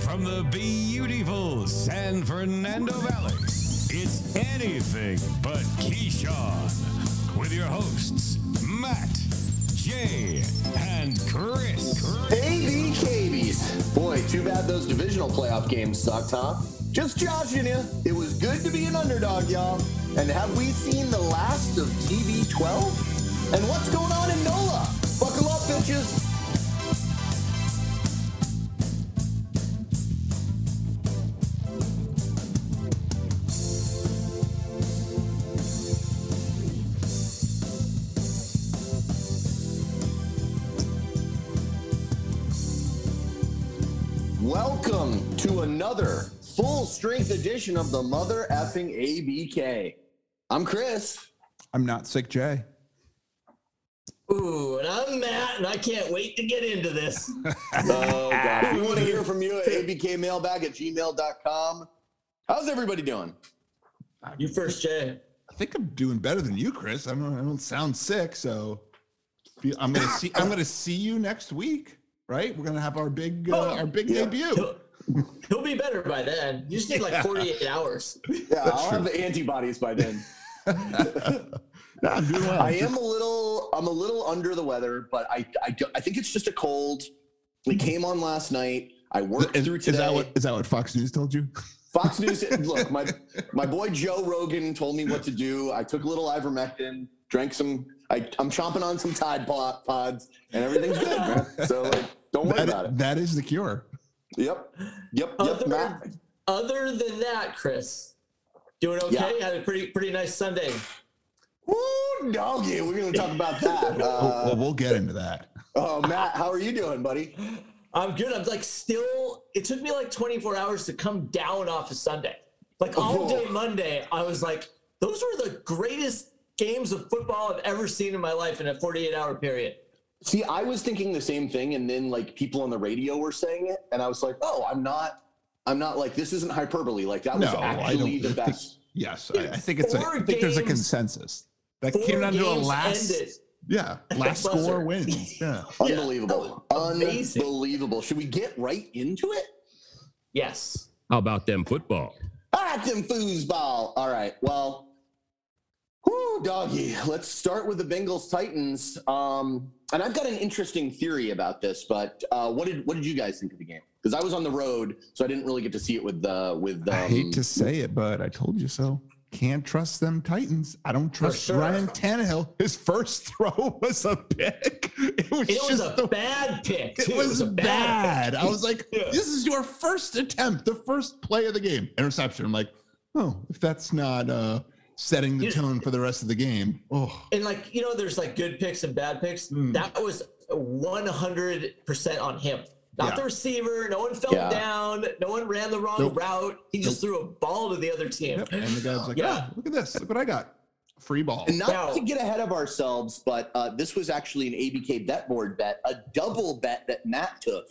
From the beautiful San Fernando Valley, it's anything but Keyshawn with your hosts, Matt, Jay, and Chris. Baby KBs. Boy, too bad those divisional playoff games sucked, huh? Just joshing you. It was good to be an underdog, y'all. And have we seen the last of TB12? And what's going on in NOLA? Buckle up, bitches. Welcome to another full strength edition of the Mother Effing ABK. I'm Chris. I'm not sick, Jay. Ooh, and I'm Matt, and I can't wait to get into this. Oh, God. we want to hear from you at abkmailbag at gmail.com. How's everybody doing? You first, Jay. I think I'm doing better than you, Chris. I'm, I don't sound sick, so feel- I'm gonna see. I'm gonna see you next week, right? We're gonna have our big uh, our big Oh, yeah. debut. He'll, he'll be better by then. You just need like 48 hours. Yeah, I'll have the antibodies by then. No, I'm doing well. I am a little, I'm a little under the weather, but I, I, do- I think it's just a cold. It came on last night. I worked Is, through is today. that what is that what Fox News told you? Fox News. look, my my boy Joe Rogan told me what to do. I took a little ivermectin, drank some. I, I'm chomping on some Tide Pod- pods, and everything's good, man. So like, don't worry about it. That, that is the cure. Yep, yep, yep. Other, Matt. other than that, Chris, doing okay? Yeah. Had a pretty pretty nice Sunday. Woo, doggy. We're gonna talk about that. well, well, Uh, we'll get into that. oh, Matt, how are you doing, buddy? I'm good. I'm like still. It took me like 24 hours to come down off of Sunday. Like all day Oh. Monday, I was like, those were the greatest games of football I've ever seen in my life in a 48 hour period. See, I was thinking the same thing, and then like people on the radio were saying it, and I was like, oh, I'm not, I'm not like this isn't hyperbole. Like that was No, I actually don't the think- best. Yes, I, I think it's. A, I Four think there's a games- consensus that Four came down to a games last. ended. Yeah, last buzzer. score wins. Yeah. Yeah. Unbelievable. Oh, amazing. Unbelievable. Should we get right into it? Yes. How about them football? All right, them foosball. All right. Well, whoo, doggy. Let's start with the Bengals Titans. Um, and I've got an interesting theory about this, but uh, what did what did you guys think of the game? Because I was on the road, so I didn't really get to see it with the with. Um, I hate to say it, but I told you so. Can't trust them Titans. I don't trust sure. Ryan Tannehill. His first throw was a pick. It was It just was a the, bad pick. it too. was, a bad. I was like, Yeah. this is your first attempt, the first play of the game, interception. I'm like, oh, if that's not uh, setting the You- tone for the rest of the game, oh, And like you know, there's like good picks and bad picks. Mm. That was 100 percent on him, not Yeah. the receiver. No one fell Yeah. down. No one ran the wrong Nope. route. He just threw a ball to the other team. yep. and the guy's like, Yeah. yeah, look at this, look what I got, free ball. And not Now- to get ahead of ourselves, but uh, this was actually an ABK bet board bet, a double bet that Matt took.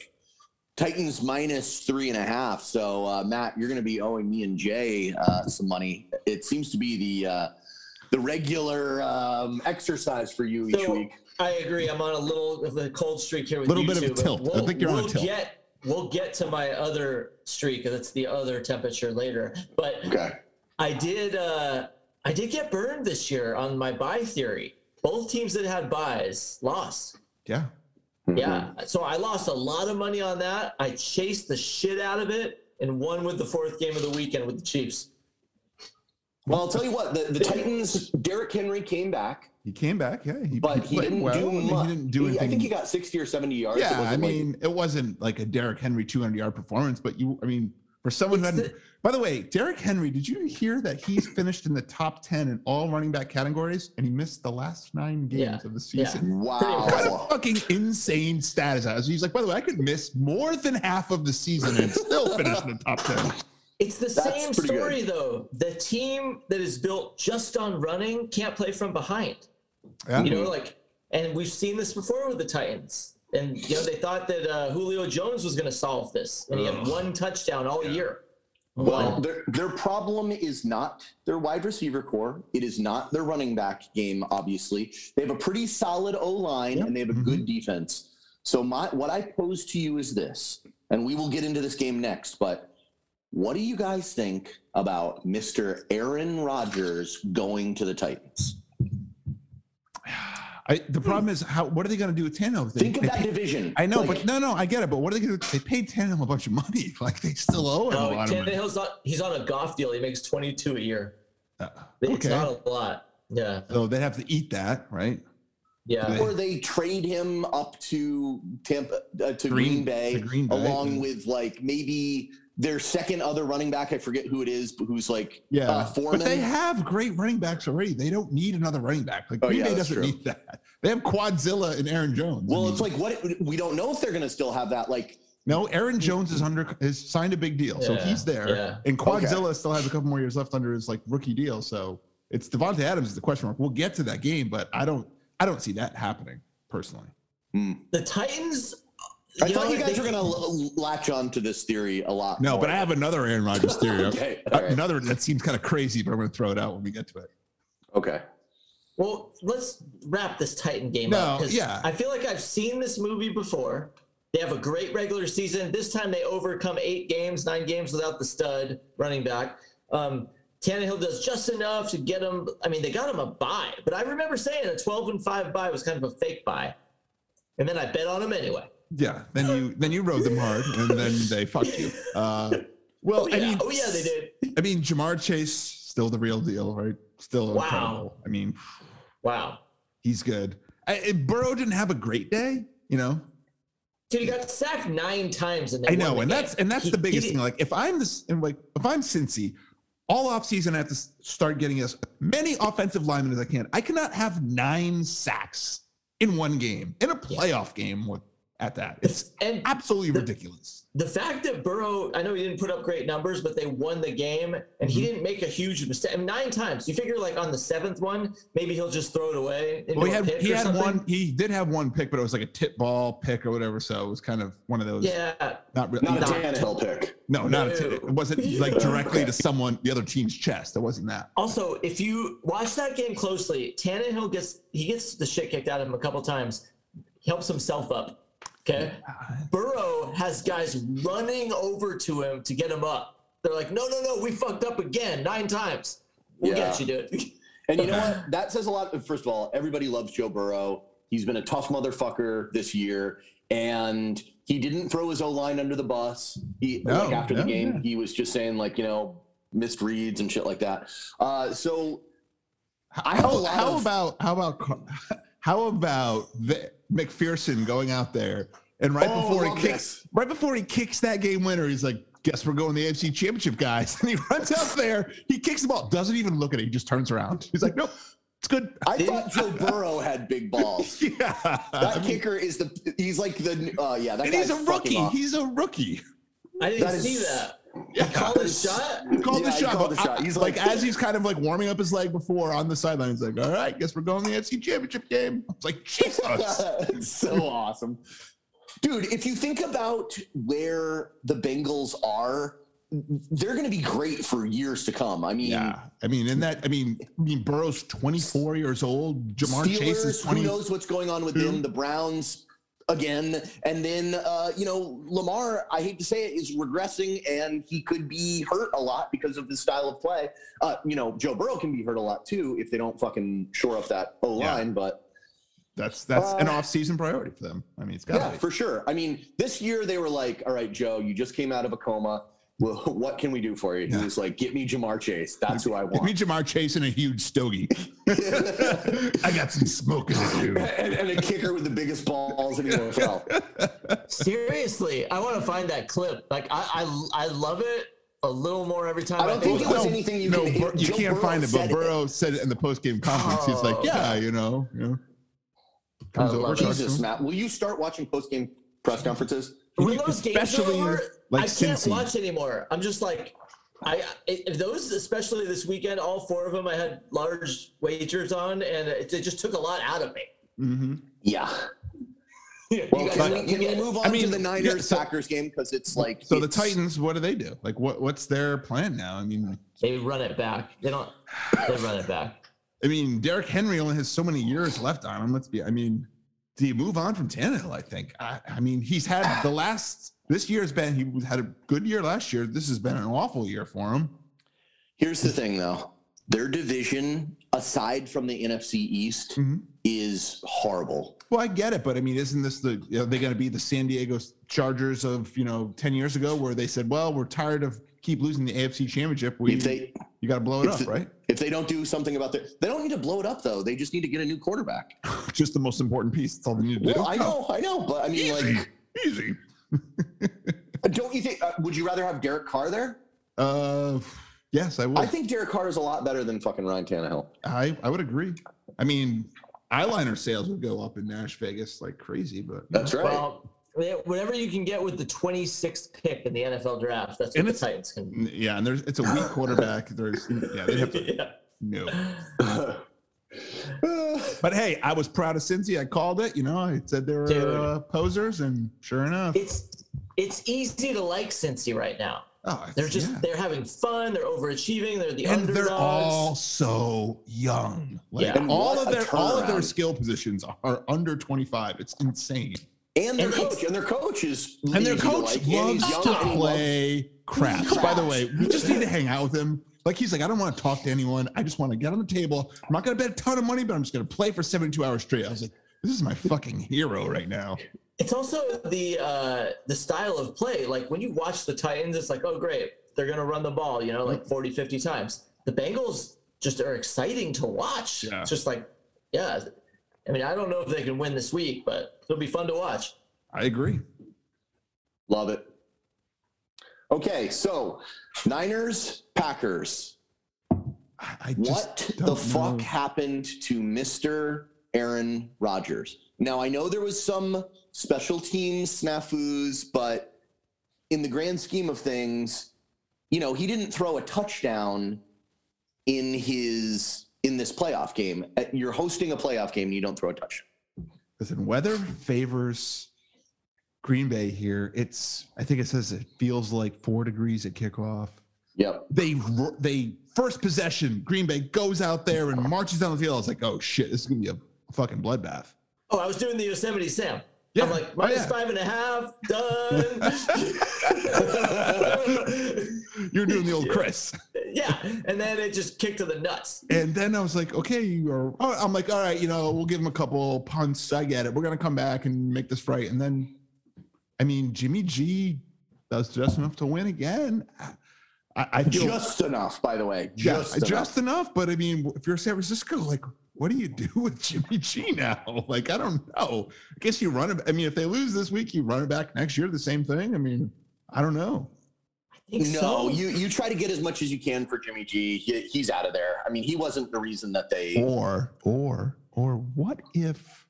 Titans minus three and a half. So uh, Matt, you're going to be owing me and Jay uh, some money. It seems to be the uh, the regular um, exercise for you each So- week. I agree. I'm on a little of a cold streak here with Little you bit of two, a but tilt. I We'll, think you're on a we'll tilt. Get, we'll get to my other streak. That's the other temperature later. But Okay. I did. Uh, I did get burned this year on my buy theory. Both teams that had buys lost. yeah, Yeah. Mm-hmm. So I lost a lot of money on that. I chased the shit out of it and won with the fourth game of the weekend with the Chiefs. Well, I'll tell you what. The, the Titans. Derrick Henry came back, he came back. Yeah, he, but he played didn't well. do I mean, much. He didn't do anything. I think he got sixty or seventy yards. It Yeah, I wasn't like- mean, it wasn't like a Derrick Henry 200 yard performance, but you, I mean, for someone who It's hadn't, by the way, Derrick Henry, did you hear that he's finished in the top 10 in all running back categories and he missed the last nine games Yeah, of the yeah. season? What a wow. fucking insane status. that is. He's like, by the way, I could miss more than half of the season and still finish in the top 10. It's the That's same pretty good. story though. The team that is built just on running can't play from behind. Yeah. You know, like, and we've seen this before with the Titans. And you know, they thought that uh, Julio Jones was going to solve this, and he had Ugh. one touchdown all Yeah. year. Well, their their problem is not their wide receiver core. It is not their running back game. Obviously, they have a pretty Mm-hmm. solid O line and they have a good defense. So my what I pose to you is this: and we will get into this game next. But what do you guys think about Mr. Aaron Rodgers going to the Titans? I, the problem is how. What are they going to do with Tannehill? They- Think of they that pay- division. I know, Like, but no, no, I get it. But what are they going to? They paid Tannehill a bunch of money. Like they still owe him No, a lot of money. Tannehill's not. He's on a golf deal. He makes twenty two a year. Uh, It's okay, not a lot. Yeah, so they have to eat that, right? yeah. Right. or they trade him up to Tampa uh, to Green, Green- Bay, to Green Bay, along yeah. with like maybe their second other running back. I forget who it is, but who's like Yeah, uh, Foreman. but they have great running backs already. They don't need another running back. Like Oh, Green yeah, Bay that's doesn't true. need that. They have Quadzilla and Aaron Jones. I well, mean, it's like what we don't know if they're going to still have that. Like no, Aaron Jones is under is signed a big deal, so Yeah, he's there. yeah. And Quadzilla still has a couple more years left under his like rookie deal. So it's Devontae Adams is the question mark. We'll get to that game, but I don't I don't see that happening personally. The Titans. I you thought know, you guys they- were going to l- latch on to this theory a lot. No, more. but I have another Aaron Rodgers theory. okay, Uh, all right. Another that seems kind of crazy, but I'm going to throw it out when we get to it. okay. Well, let's wrap this Titan game No, up. 'cause yeah. I feel like I've seen this movie before. They have a great regular season. This time they overcome eight games, nine games without the stud running back. Um, Tannehill does just enough to get him. I mean, they got him a buy, but I remember saying a 12 and 5 buy was kind of a fake buy. And then I bet on him anyway. Yeah, then you then you rode them hard, and then they fucked you. Uh, well, Oh, yeah, I mean, oh, yeah they did. I mean, Jamar Chase still the real deal, right? Still Wow. incredible. I mean, Wow. he's good. I, I- Burrow didn't have a great day, you know. Dude, he got sacked nine times. And they I won know, the and game. that's and that's He- the he biggest did- thing. Like, if I'm this, and like if I'm Cincy, all offseason I have to s- start getting as many offensive linemen as I can. I cannot have nine sacks in one game in a playoff game with, at that. It's And absolutely ridiculous. the fact that Burrow, I know he didn't put up great numbers, but they won the game and he Mm-hmm. didn't make a huge mistake. I mean, nine times. You figure like on the seventh one, maybe he'll just throw it away. into Well, he a had pick he or had something. one. He did have one pick, but it was like a tip ball pick or whatever. So it was kind of one of those. Yeah. Not really. Not a Not- Tannehill pick. No, not No. a t- it wasn't like directly to someone, the other team's chest. It wasn't that. Also, if you watch that game closely, Tannehill gets he gets the shit kicked out of him a couple times. He helps himself up. Okay. Burrow has guys running over to him to get him up. They're like, no, no, no, we fucked up again nine times. We'll Yeah. get you, dude. And you know what? That says a lot. First of all, everybody loves Joe Burrow. He's been a tough motherfucker this year, and he didn't throw his O line under the bus. He No, like after the no, game, yeah. he was just saying like you know missed reads and shit like that. Uh, so I have a How, lot how of- about how about Car- how about the, McPherson going out there and right Oh, I before love he kicks this. right before he kicks that game winner, he's like, "Guess we're going to the AFC Championship, guys!" And he runs out there, he kicks the ball, doesn't even look at it, he just turns around. He's like, "No, it's good." I thought Joe Burrow had big balls. yeah, That I mean, kicker is the he's like the uh, yeah that and guy's he's a fucking rookie. off. He's a rookie. I didn't That is- see that. Yeah. Call the shot. called Yeah, the he shot. called but the shot. I- He's like, like- as he's kind of like warming up his leg before on the sideline, he's like, "All right, guess we're going to the NFC Championship game." It's like Jesus. it's so awesome. Dude, if you think about where the Bengals are, they're going to be great for years to come. I mean, yeah, I mean, in that, I mean, I mean, Burrow's 24 years old. Jamar Chase is Steelers, Hmm. who 20. knows what's going on with two. them, the Browns again. And then, uh, you know, Lamar, I hate to say it, is regressing and he could be hurt a lot because of his style of play. Uh, you know, Joe Burrow can be hurt a lot too if they don't fucking shore up that O line, but. That's that's an Uh, off-season priority for them. I mean, it's got Yeah, to be. for sure. I mean, this year they were like, "All right, Joe, you just came out of a coma. Well, what can we do for you?" He Yeah. was like, "Get me Jamar Chase. That's who I Give me want." Jamar Chase and a huge stogie. I got some smoke in the tube. and, and a kicker with the biggest balls in the NFL. Seriously, I want to find that clip. Like I, I, I love it a little more every time. I don't think think it was about anything you no, can- Bur- you Joe can't Burrow find it, said but it. Burrow said it in the post-game conference. He's like, Oh. "Yeah, you know, you know." Comes I over, love talks to Jesus, him. Matt, will you start watching post game press conferences? when those games are especially over, like I can't Cincy. watch anymore. I'm just like, I if those, especially this weekend, all four of them, I had large wagers on, and it, it just took a lot out of me. Mhm. Yeah. You Well, guys can, don't we, can get we it. move on I mean, to the yeah, Niners so- Packers game because it's like So the it's- Titans, what do they do? Like, what what's their plan now? I mean, They run it back. They don't. They run it back. I mean, Derrick Henry only has so many years left on him. Let's be. I mean, do you move on from Tannehill? I think. I, I mean, he's had the last. This year has been he had a good year last year. This has been an awful year for him. Here's the thing, though. Their division, aside from the NFC East, Mhm. is horrible. Well, I get it, but I mean, isn't this the are they going to be the San Diego Chargers of you know ten years ago, where they said, "Well, we're tired of keep losing the AFC Championship. We if they you got to blow it if up, the- right?" if they don't do something about their, they don't need to blow it up though. They just need to get a new quarterback. Just the most important piece. That's all they need to do. Well, I know, I know, but I mean, easy, like, easy. don't you think? Uh, would you rather have Derek Carr there? Uh, yes, I would. I think Derek Carr is a lot better than fucking Ryan Tannehill. I, I would agree. I mean, eyeliner sales would go up in Nash Vegas like crazy, but That's right. Well, yeah, whatever you can get with the 26th pick in the NFL draft, that's what And the it's- Titans can. yeah, and there's it's a weak quarterback. There's yeah, they have to yeah. no. But hey, I was proud of Cincy. I called it. You know, I said they Dude. were uh, posers, and sure enough, It's it's easy to like Cincy right now. oh, it's- They're just yeah. they're having fun. They're overachieving. They're the and underdogs. they're all so young. Like Yeah. And all what of a their all of their turnaround. skill positions are under 25. It's insane. and their And it's- coach, and their coach is And their easy to coach like, and he's loves young to and he loves- play crap. Crap. By the way, we just need to hang out with him. Like he's like, I don't want to talk to anyone. I just want to get on the table. I'm not gonna bet a ton of money, but I'm just gonna play for 72 hours straight. I was like, this is my fucking hero right now. It's also the uh, the style of play. Like when you watch the Titans, it's like, oh great, they're gonna run the ball, you know, like 40, 50 times. The Bengals just are exciting to watch. Yeah. It's just like, yeah. I mean, I don't know if they can win this week, but it'll be fun to watch. I agree. Love it. Okay, so Niners, Packers. I, I just What don't the fuck know. happened to Mr. Aaron Rodgers? Now I know there was some special team snafus, but in the grand scheme of things, you know, he didn't throw a touchdown in his in this playoff game. Uh, You're hosting a playoff game and you don't throw a touchdown. Listen, weather favors Green Bay here. It's I think it says it feels like four degrees at kickoff. Yep. They ro- they first possession, Green Bay goes out there and marches down the field. I was like, oh shit, this is gonna be a fucking bloodbath. Oh, I was doing the Yosemite Sam. Yeah. I'm like, oh, minus yeah. five and a half, done. You're doing the old Chris. yeah. And then it just kicked to the nuts. And then I was like, okay, you are. oh, I'm like, all right, you know, we'll give him a couple punts. I get it. We're gonna come back and make this right. And then, I mean, Jimmy G does just enough to win again. I, I feel Just enough, by the way. yeah, Just enough. just enough. But I mean, if you're San Francisco, like, what do you do with Jimmy G now? Like, I don't know. I guess you run it. I mean, if they lose this week, you run it back next year. The same thing. I mean, I don't know. I think no, so. you you try to get as much as you can for Jimmy G. He, he's out of there. I mean, he wasn't the reason that they. Or, or, or what if,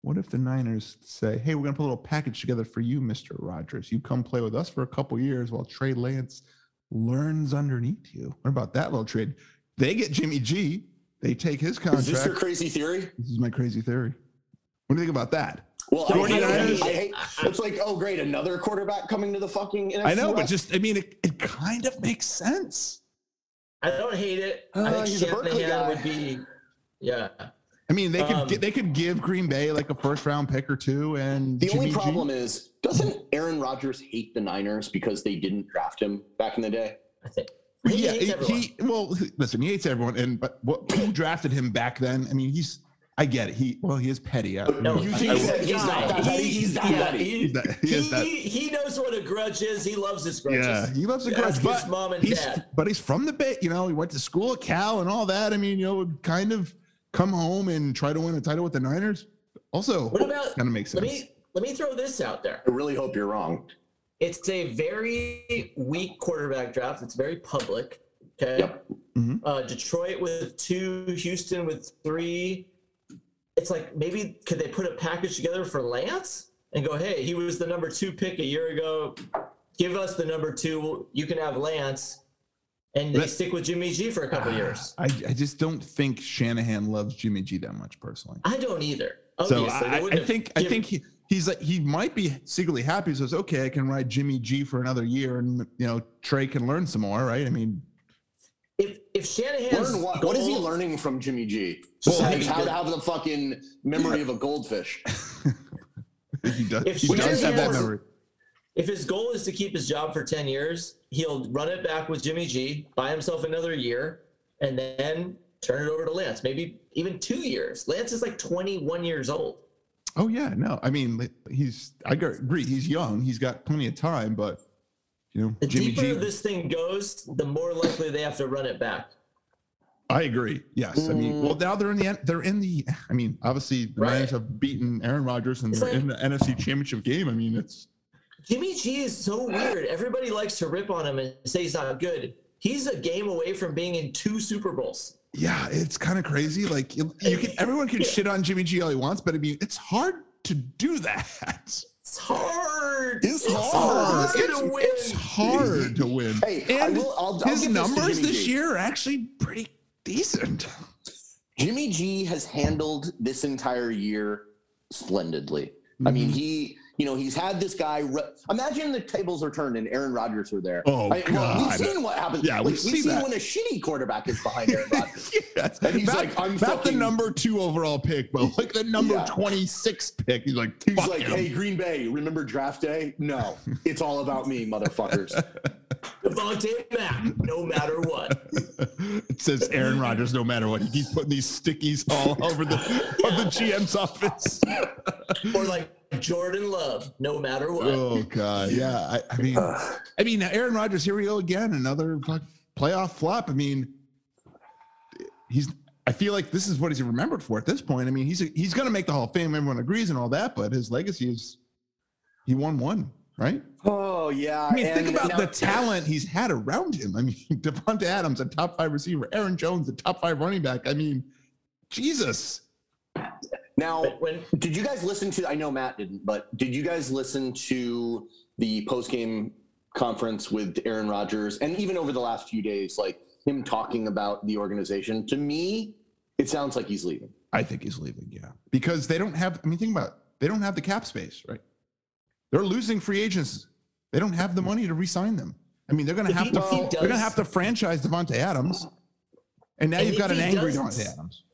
what if the Niners say, hey, we're going to put a little package together for you, Mr. Rogers. You come play with us for a couple years while Trey Lance learns underneath you. What about that little trade? They get Jimmy G. They take his Is this your contract. crazy theory? This is my crazy theory. What do you think about that? Well, I, hate- I, 49ers. hate. It's like, oh, great, another quarterback coming to the fucking. NFC I know, but West? just I mean, it, it kind of makes sense. I don't hate it. Uh, I Oh, think he's a Berkeley Shanahan guy. would be, yeah. I mean, they could Um, get, they could give Green Bay like a first round pick or two, and the Jimmy only G- problem is, doesn't Aaron Rodgers hate the Niners because they didn't draft him back in the day? I think. I think he Yeah, hates he, everyone. he- well, listen, he hates everyone, and but what who drafted him back then? I mean, he's I get it. He well, he is petty. I, But no, I- you I- think I- he's that he's not that guy. petty, he's not yeah, that petty. he- he's that- he he, is that- he knows what a grudge is. He loves his grudges. yeah, he loves the Yeah, grudge, ask but his mom and he's dad. but he's from the Bay. You know, he went to school at Cal and all that. I mean, you know, would kind of come home and try to win a title with the Niners. Also, What about- kind of makes Let sense? me let me throw this out there. I really hope you're wrong. It's a very weak quarterback draft. It's very public. Okay. Yep. Mhm. Uh, Detroit with two, Houston with three. It's like maybe could they put a package together for Lance and go, hey, he was the number two pick a year ago. Give us the number two. You can have Lance, and they Let- stick with Jimmy G for a Ah. couple years. I, I just don't think Shanahan loves Jimmy G that much personally. I don't either. So Obviously, they I, I wouldn't have think I given- think he, he's like he might be secretly happy. He says, "Okay, I can ride Jimmy G for another year, and you know Trey can learn some more." Right? I mean, if if Shanahan's Learn what? What is he goal- learning from Jimmy G? Well, Besides he how did- to have the fucking memory of a goldfish. He does, If he she does have that has- memory. If his goal is to keep his job for 10 years, he'll run it back with Jimmy G, buy himself another year, and then turn it over to Lance. Maybe even two years. Lance is like 21 years old. Oh yeah, no. I mean, he's. I g- agree. He's young. He's got plenty of time, but you know, The Jimmy deeper G. this thing goes, the more likely they have to run it back. I agree. Yes. I mean, well, now they're in the. N- They're in the. I mean, obviously, the Right. Rams have beaten Aaron Rodgers, and It's they're like- in the NFC Championship game. I mean, it's. Jimmy G is so weird. Everybody likes to rip on him and say he's not good. He's a game away from being in two Super Bowls. Yeah, it's kind of crazy. Like you, you can, everyone can shit on Jimmy G all he wants, but I mean, it's hard to do that. It's hard. It's hard. to It's, win. it's hard to win. Hey, I and will- I'll- I'll his give this to numbers Jimmy this G. year are actually pretty decent. Jimmy G has handled this entire year splendidly. I mean, Mm-hmm. he, you know, he's had this guy. Re- Imagine the tables are turned and Aaron Rodgers were there. Oh, I- well, God. we've seen what happens. Yeah, Like, we've we've seen seen that. when a shitty quarterback is behind Aaron Rodgers. yes. And he's not, like, I'm not fucking- the number two overall pick, but like the number Yeah. 26 pick. He's like, He's fuck like, him. hey, Green Bay, remember draft day? No, it's all about me, motherfuckers. Devontae Mack, no matter what. it says Aaron Rodgers no matter what. He keeps putting these stickies all over the, of the GM's office. Or like Jordan Love, no matter what. Oh god, yeah. I, I mean, I mean, Aaron Rodgers. Here we go again, another fuck- playoff flop. I mean, he's. I feel like this is what he's remembered for at this point. I mean, he's he's going to make the Hall of Fame. Everyone agrees and all that, but his legacy is he won one, right? oh, yeah. I mean, think and about now- the talent he's had around him. I mean, Devonta Adams, a top five receiver, Aaron Jones, a top five running back. I mean, Jesus. Now, But when did you guys listen to? I know Matt didn't, but did you guys listen to the post game conference with Aaron Rodgers and even over the last few days, like him talking about the organization? To me, it sounds like he's leaving. I think he's leaving. Yeah, because they don't have. I mean, think about it. they don't have the cap space, right? They're losing free agents. They don't have the money to re-sign them. I mean, they're going to If have he- to. if he they're going to does- have to franchise Devonte Adams, and now And you've if got an he angry does- Devonte Adams.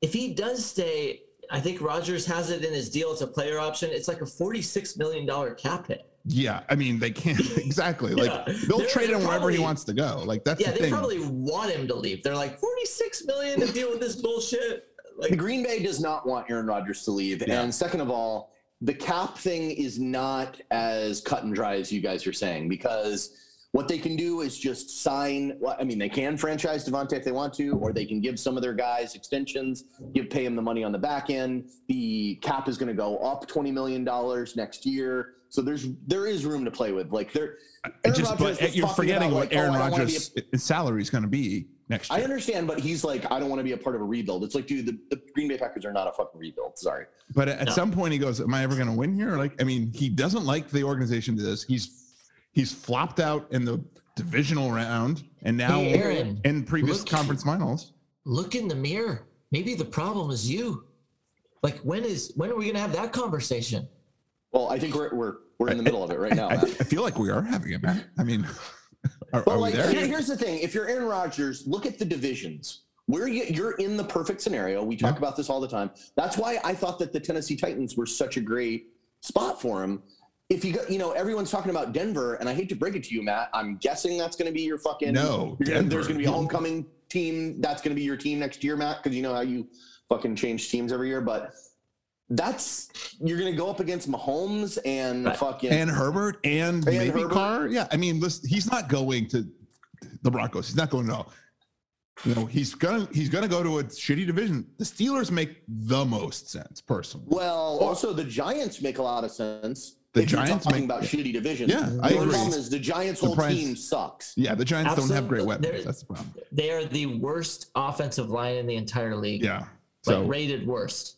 if he does stay, I think Rogers has it in his deal. It's a player option. It's like a forty-six million dollar cap hit. Yeah, I mean, they can't exactly. Like Yeah. they'll They're- trade they're him wherever he probably- wants to go. Like that's Yeah, the they thing. probably want him to leave. They're like forty-six million to deal with this bullshit. The Like Green Bay does not want Aaron Rodgers to leave. Yeah. And second of all, the cap thing is not as cut and dry as you guys are saying because what they can do is just sign. well, I mean, they can franchise Devontae if they want to, or they can give some of their guys extensions, give pay him the money on the back end. The cap is going to go up twenty million dollars next year, so there's there is room to play with. Like there, I Aaron just, Rodgers but was you're talking forgetting about, what like, oh, Aaron I don't wanna be Rodgers' salary is going to be next I year. understand, but he's like, I don't want to be a part of a rebuild. It's like, dude, the, the Green Bay Packers are not a fucking rebuild. Sorry. But at No. some point, he goes, "Am I ever going to win here?" Like, I mean, he doesn't like the organization. This he's he's flopped out in the divisional round, and now Hey, Aaron, in previous look- conference finals. look in the mirror. Maybe the problem is you. Like when is when are we gonna have that conversation? Well, I think we're we're we're in the middle of it right now. I, I Matt. feel like we are having it, man. I mean, are, But are like, we there? here- here's the thing: if you're Aaron Rodgers, look at the divisions. Where you, you're in the perfect scenario. We talk Yeah. about this all the time. That's why I thought that the Tennessee Titans were such a great spot for him. If you go, you know, everyone's talking about Denver, and I hate to break it to you, Matt. I'm guessing that's going to be your fucking. No, you're gonna- Denver. there's going to be a homecoming team. That's going to be your team next year, Matt, because you know how you fucking change teams every year. But that's you're going to go up against Mahomes and Right. fucking And Herbert and, And maybe Herbert. Carr. Yeah, I mean, listen, he's not going to the Broncos. He's not going to. You know, he's gonna he's gonna go to a shitty division. The Steelers make the most sense, personally. Well, also the Giants make a lot of sense. The if you're Giants talking make- about shitty divisions. Yeah, I the only agree. problem is the Giants' The whole price- team sucks. Yeah, the Giants don't have great Absolutely. weapons. There- That's the problem. They are the worst offensive line in the entire league. Yeah. Like So rated worst.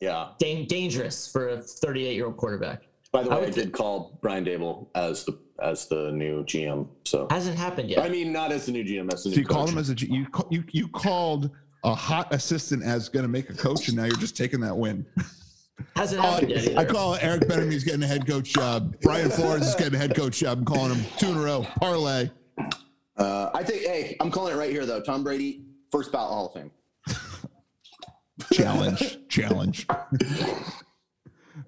Yeah. Dan- dangerous for a 38 year old quarterback. By the I way, I, would did call Brian Dable as the as the new GM. So Hasn't happened I yet. mean, not as the new GM, as the So new you call coach. him as a G- you ca- you you called a hot assistant as going to make a coach, and now you're just taking that win. Hasn't happened yet. I either. call Eric Benham. He's uh, getting a head coach job. Brian Flores is getting a head coach job. I'm calling him two in a row. Parlay. Uh, I think, hey, I'm calling it right here, though. Tom Brady, first ballot Hall of Fame. Challenge, challenge.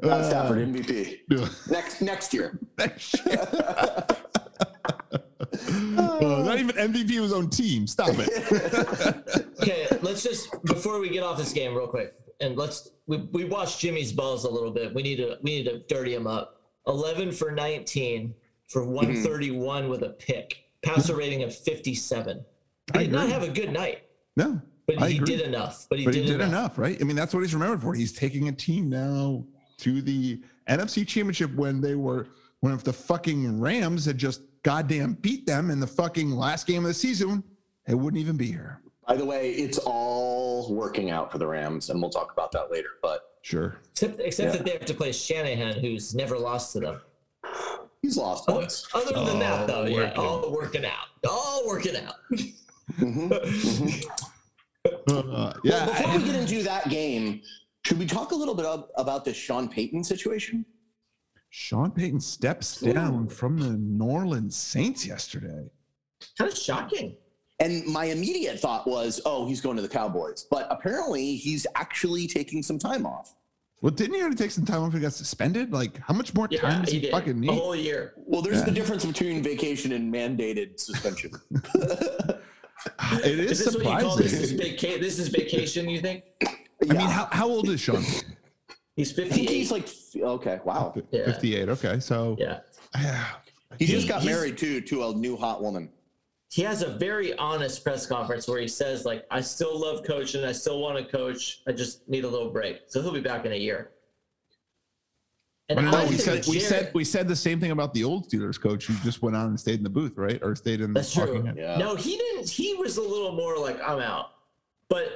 Matt Uh, Stafford, MVP. Next next year. Uh, not even MVP of his own team. Stop it. Okay, let's just before we get off this game real quick, and let's we we watched Jimmy's balls a little bit. We need to we need to dirty him up. Eleven for nineteen for Mm-hmm. one thirty one with a pick, passer rating of fifty seven. I He did not agree. have a good night, no, but I he agree. did enough. But he but did, he did enough. enough, right? I mean, that's what he's remembered for. He's taking a team now to the NFC Championship when they were when if the fucking Rams had just goddamn beat them in the fucking last game of the season, they wouldn't even be here. By the way, it's all working out for the Rams, and we'll talk about that later. But Sure. Except except Yeah. that they have to play Shanahan, who's never lost to them. he's lost Other once. other than that, All though, yeah, working. all working out, all working out. Mhm. Mm-hmm. Uh, Well, yeah. before we get into that game, should we talk a little bit ab- about the Sean Payton situation? Sean Payton steps down from the New Orleans Saints yesterday. kind of shocking. And my immediate thought was, oh, he's going to the Cowboys. But apparently, he's actually taking some time off. Well, didn't he already take some time off he got suspended? Like, how much more time Yeah, does he he, did Oh, fucking a need? whole year. Well, there's Yeah. the difference between vacation and mandated suspension. Ah, It is Is this what you call this? Is surprising. vaca- this is vacation, you think? I mean, how, how old is Sean? Payton? He's I think he's 58. like, f- okay, wow. Yeah. 58. Okay. So, Yeah. yeah. He just got he's- married too to a new hot woman. He has a very honest press conference where he says, like, I still love coaching. I still want to coach. I just need a little break. So he'll be back in a year. And But I no, we think said that we Jared- said we said the same thing about the old Steelers coach who just went on and stayed in the booth, right? Or stayed in the That's true. talking head. Yeah. No, he didn't. He was a little more like, I'm out. But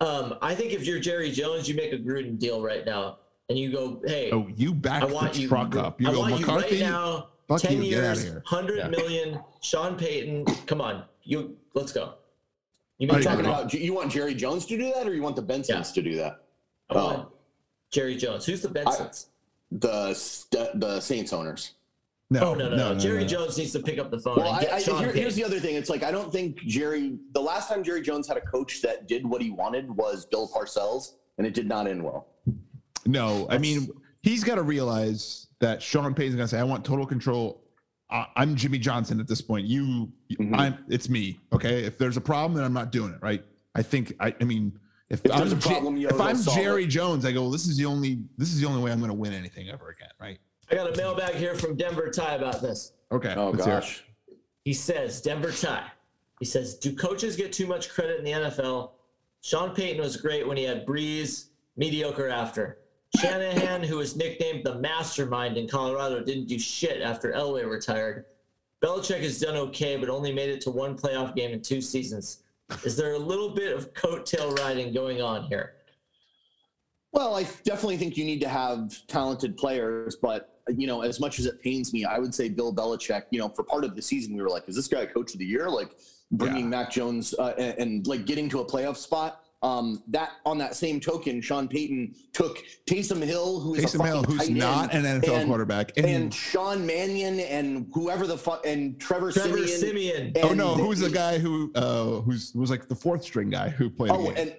um, I think if you're Jerry Jones, you make a Gruden deal right now and you go, hey, Oh, you back I want the you. truck up. You I go want McCarthy. you right now. fuck Ten you, get outta years, Oh, here. hundred Yeah. million. Sean Payton, come on, you let's go. You I Talking been talking agree. about about, you want Jerry Jones to do that, or you want the Bensons Yeah. to do that? I want Jerry Jones. Who's the Bensons? The st- the Saints owners. oh no, no, no, Jerry Jones needs to pick up the phone Well, and I, get I, Sean here- here's Payton. the other thing. It's like I don't think Jerry. The last time Jerry Jones had a coach that did what he wanted was Bill Parcells, and it did not end well. No, I mean he's got to realize that Sean Payton's gonna say, "I want total control. I, I'm Jimmy Johnson at this point. You, Mhm. Mm-hmm. I'm. It's me. Okay. If there's a problem, then I'm not doing it. Right. I think. I. I mean, if, If I'm, there's a Ja- problem, you if go I'm solve Jerry it. Jones, I go. Well, this is the only. This is the only way I'm gonna win anything ever again. Right. I got a mailbag here from Denver Ty about this. Okay. Oh let's hear it. gosh. He says, Denver Ty. He says, do coaches get too much credit in the NFL? Sean Payton was great when he had Breeze, mediocre after. Shanahan, who was nicknamed the mastermind in Colorado, didn't do shit after Elway retired. Belichick has done okay, but only made it to one playoff game in two seasons. Is there a little bit of coattail riding going on here? Well, I definitely think you need to have talented players, but you know, as much as it pains me, I would say Bill Belichick. You know, for part of the season, we were like, "Is this guy coach of the year?" Like bringing Mac Jones uh, and, and like getting to a playoff spot. Um, that on that same token, Sean Payton took Taysom Hill, who is a Taysom Hill, fucking who's tight not end, an NFL and- quarterback, and, and Sean Mannion and whoever the fuck and Trevor, Trevor Simeon. Simeon. and- oh no, who's the guy who uh who's was like the fourth string guy who played? Oh, the game? and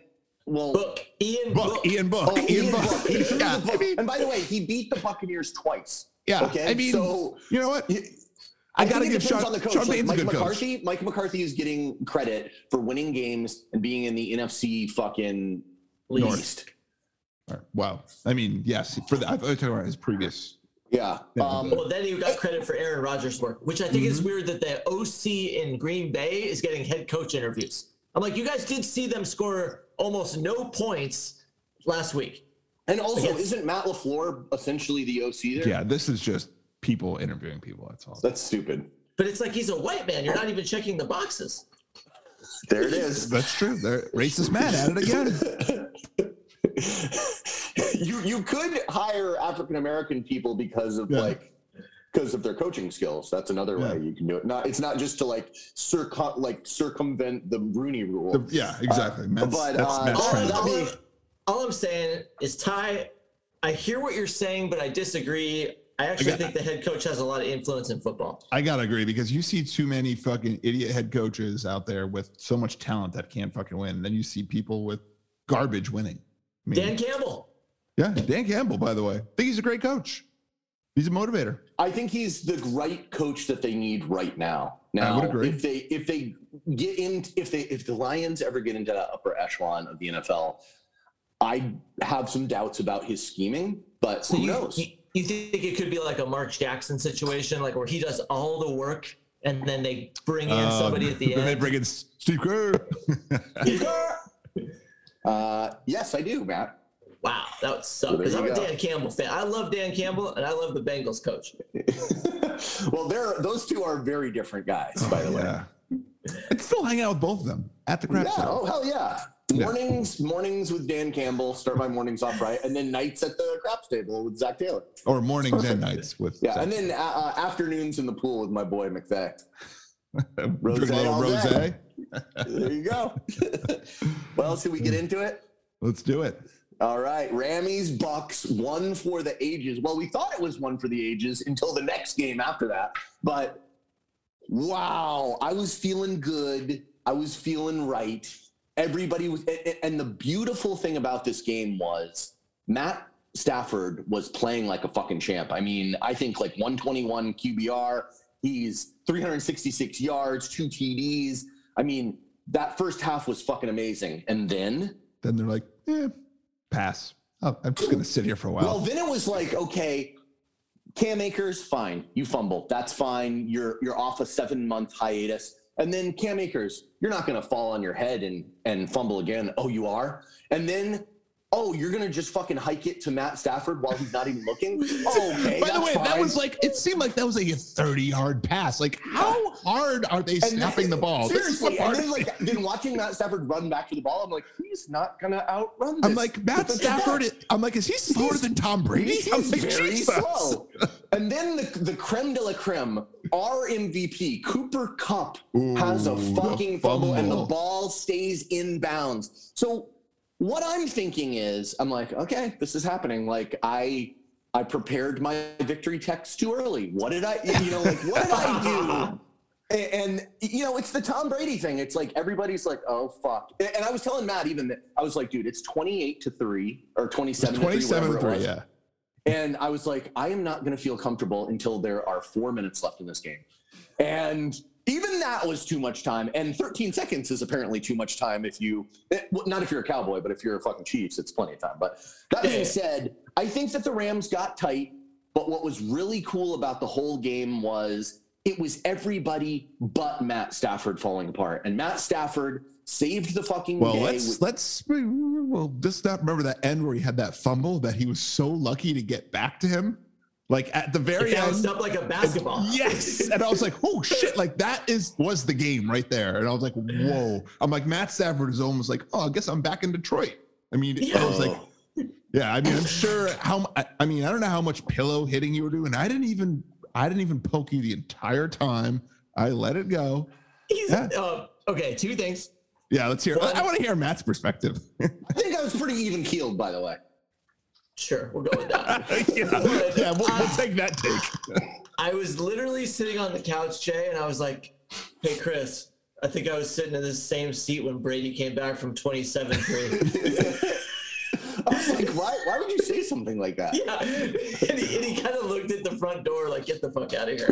well, Book. Ian Book, Book. Ian Book, oh, Ian Book. He threw yeah, the book. I mean, And by the way, he beat the Buccaneers twice. yeah, Okay, I mean, so you know what? I, I gotta think it give depends Sean- on the coach. Sean like Payton's a Mike good coach. McCarthy. Mike McCarthy is getting credit for winning games and being in the NFC fucking North. least. Wow. I mean, yes, for the I thought you were talking about his previous. Yeah. Yeah. Um, Well, then he got credit for Aaron Rodgers' work, which I think Mm-hmm. is weird that the OC in Green Bay is getting head coach interviews. I'm like, you guys did see them score almost no points last week. and also, Yes. isn't Matt Lafleur essentially the OC there? Yeah, this is just people interviewing people. That's all. That's stupid. But it's like he's a white man. You're not even checking the boxes. There it is. That's true. They're racist mad at it again. you you could hire African American people because of Yeah. like because of their coaching skills. That's another Yeah. way you can do it. Not it's not just to like circum like circumvent the Rooney rule. The- yeah, exactly. Matt's, but, that's uh, Matt's All, trying I'm, to- that'll all be- I'm- all I'm saying is, Ty, I hear what you're saying, but I disagree. I actually got- think the head coach has a lot of influence in football. I gotta agree because you see too many fucking idiot head coaches out there with so much talent that can't fucking win. And then you see people with garbage winning. I mean, Dan Campbell. yeah, Dan Campbell, by the way. I think he's a great coach. He's a motivator. I think he's the right coach that they need right now. I Now, would agree. if they if they get in, if they if the Lions ever get into that upper echelon of the NFL, I have some doubts about his scheming. But So who you, knows? You, you think it could be like a Mark Jackson situation, like where he does all the work and then they bring in Uh, somebody at the then They end? bring in Steve Kerr. Uh, yes, I do, Matt. Wow, that would suck. Well, there Because you I'm a go. Dan Campbell fan. I love Dan Campbell and I love the Bengals coach. well, there those two are very different guys, by the way. Oh, Yeah. I'd still hang out with both of them at the crap Yeah. show. Oh hell yeah. Yeah. Mornings, mornings with Dan Campbell. Start my mornings off right, and then nights at the craps table with Zach Taylor. Or mornings Perfect. and nights with Yeah, and then uh, uh, afternoons in the pool with my boy McVeigh. then Rosé a little all rose. day. There you go. well, should we get Hmm. into it? Let's do it. All right, Rammies Bucks one for the ages. Well, we thought it was one for the ages until the next game after that. But wow, I was feeling good. I was feeling right. Everybody was, and- and- and the beautiful thing about this game was Matt Stafford was playing like a fucking champ. I mean, I think like 121 QBR. He's 366 yards, two TDs. I mean, that first half was fucking amazing. And then Then they're like, eh, pass. Oh, I'm just gonna sit here for a while. Well, then it was like, okay, Cam Akers, fine, you fumble, that's fine. You're you're off a seven month hiatus, and then Cam Akers, you're not gonna fall on your head and and fumble again. Oh, you are, and then. Oh, you're gonna just fucking hike it to Matt Stafford while he's not even looking? Oh, okay. By the that's way, that fine. was like it seemed like that was like a 30 yard pass. Like how hard are they And snapping then- the ball? This is the Seriously, and part- then like then watching Matt Stafford run back to the ball, I'm like, he's not gonna outrun this. I'm like But Matt then- Stafford. is- I'm like, is he slower He's- than Tom Brady? He's I'm like, very Jesus. slow. And then the, the creme de la creme, our MVP, Cooper Cup, has a Ooh, the fucking fumble, and the fumble. ball stays in bounds. So what I'm thinking is, I'm like, okay, this is happening. Like I I prepared my victory text too early. What did I you know, like what did I do? And, and you know, it's the Tom Brady thing. It's like everybody's like, "Oh fuck!" And and I was telling Matt even that I was like, "Dude, it's twenty-eight to three or It's twenty-seven, to 3, whatever 27 it 3, was. yeah. And I was like, I am not going to feel comfortable until there are four minutes left in this game. And even that was too much time. And 13 seconds is apparently too much time if you, eh, well, not if you're a cowboy, but if you're a fucking Chiefs, it's plenty of time. But that being Yeah. said, I think that the Rams got tight. But what was really cool about the whole game was it was everybody but Matt Stafford falling apart. And Matt Stafford saved the fucking Well, day. let's with- let's well just not remember that end where he had that fumble that he was so lucky to get back to him, like at the It very end. bounced up like a basketball. Yes. And I was like, oh shit, like that is was the game right there. And I was like, whoa. I'm like, Matt Stafford is almost like, oh, I guess I'm back in Detroit. I mean, I was like, yeah, I mean, I'm sure how I, I mean, I don't know how much pillow hitting you were doing. I didn't even I didn't even poke you the entire time. I let it go. He's, Yeah. uh, okay, two things. Yeah, let's hear. I, I want to hear Matt's perspective. I think I was pretty even keeled, by the way. Sure, we'll go with that. yeah, yeah we'll, we'll take that take. I was literally sitting on the couch, Jay, and I was like, hey, Chris, I think I was sitting in this same seat when Brady came back from 27 3. I was like, why, why would you say something like that? Yeah, and he, and he kind of looked at the front door like, "Get the fuck out of here!"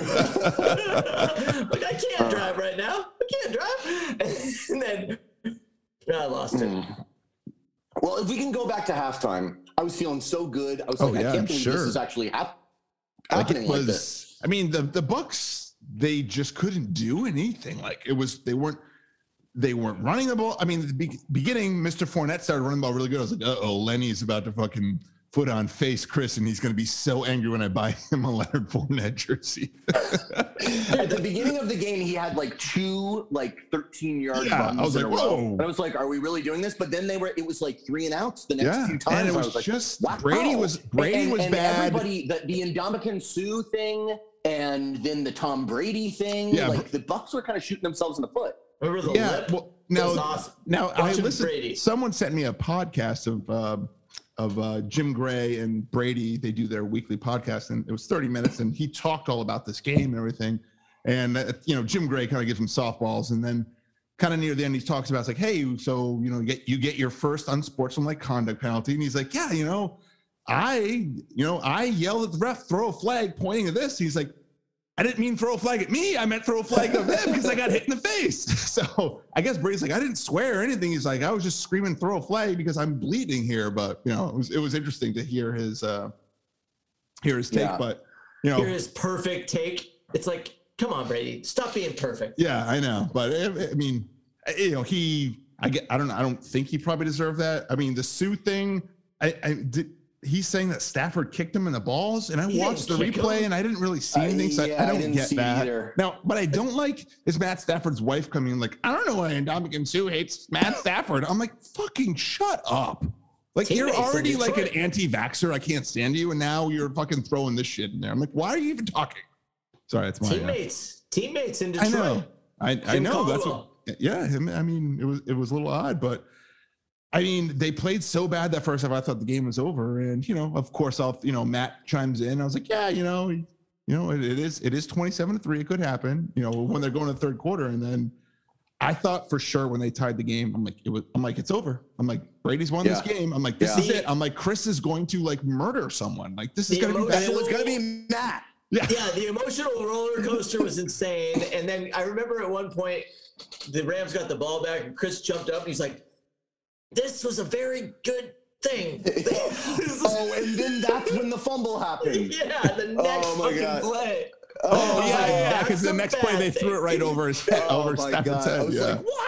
like I Uh. can't drive right now. I can't drive. And then no, I lost Hmm. it. Well, if we can go back to halftime, I was feeling so good. I was Oh, like, yeah, I can't I'm believe sure. this is actually hap- Like, happening it like, was- this. I mean, the the Bucks they just couldn't do anything. Like it was they weren't they weren't running the ball. I mean, at the be- beginning, Mr. Fournette started running the ball really good. I was like, uh oh, Lenny's about to fucking foot on face Chris, and he's gonna be so angry when I buy him a Leonard Fournette jersey. At the beginning of the game, he had like two like 13 yard Yeah, runs. I was in like, a row. whoa. And I was like, are we really doing this? But then they were, it was like three and outs the next yeah, few times. and it I was, like, just Wow. Brady was Brady and, was and bad. Everybody, the, the Indomitian Sue thing, and then the Tom Brady thing. Yeah, like the Bucks were kind of shooting themselves in the foot. Remember the yeah, lip? well, That was now awesome. Now I Watching listened. Brady. Someone sent me a podcast of um, of uh, Jim Gray and Brady. They do their weekly podcast, and it was 30 minutes, and he talked all about this game and everything. And uh, you know, Jim Gray kind of gives him softballs, and then kind of near the end, he talks about it's like, hey, so you know, you get you get your first unsportsmanlike conduct penalty, and he's like, yeah, you know, I you know I yell at the ref, throw a flag, pointing at this. He's like. I didn't mean throw a flag at me. I meant throw a flag at them because I got hit in the face. So I guess Brady's like, I didn't swear or anything. He's like, I was just screaming throw a flag because I'm bleeding here. But you know, it was, it was interesting to hear his uh hear his take. Yeah. But you know, Here is perfect take. It's like, come on, Brady, stop being perfect. Yeah, I know, but I, I mean, I- you know, he. I get. I don't. know, I don't think he probably deserved that. I mean, the Sue thing. I. I did, he's saying that Stafford kicked him in the balls, and I He watched the didn't kick replay, him. and I didn't really see I- anything, so I- yeah, I, I don't didn't get see it that. either. Now, what I don't like is Matt Stafford's wife coming in like, I don't know why Indomitian Sue hates Matt Stafford. I'm like, fucking shut up. Like you're Teammates in already like an Detroit. anti-vaxxer. I can't stand you, and now you're fucking throwing this shit in there. I'm like, why are you even talking? Sorry, it's my. uh, Teammates, teammates in I Detroit. know. I, I Jim know. That's what, Caldwell. yeah. Him, I mean, it was it was a little odd, but I mean, they played so bad that first half. I thought the game was over, and you know, of course, I'll you know, Matt chimes in. I was like, yeah, you know, you know, it, it is it is twenty seven to three. It could happen. You know, when they're going to the third quarter, and then I thought for sure when they tied the game, I'm like, it was. I'm like, it's over. I'm like, Brady's won this Yeah. game. I'm like, this Yeah. is it. I'm like, Chris is going to like murder someone. Like, this is The going to be bad. emotion- So it's gonna be Matt. Yeah, the emotional roller coaster was insane. And then I remember at one point, the Rams got the ball back, and Chris jumped up and he's like, "This was a very good thing." oh, and then that's when the fumble happened. yeah, the next Oh, my fucking God. play. Oh, Oh, yeah, my yeah. God. Because the That's a next bad play, they thing. threw it right over his head, Oh, over my Stafford's God. I head. was Yeah, like, what?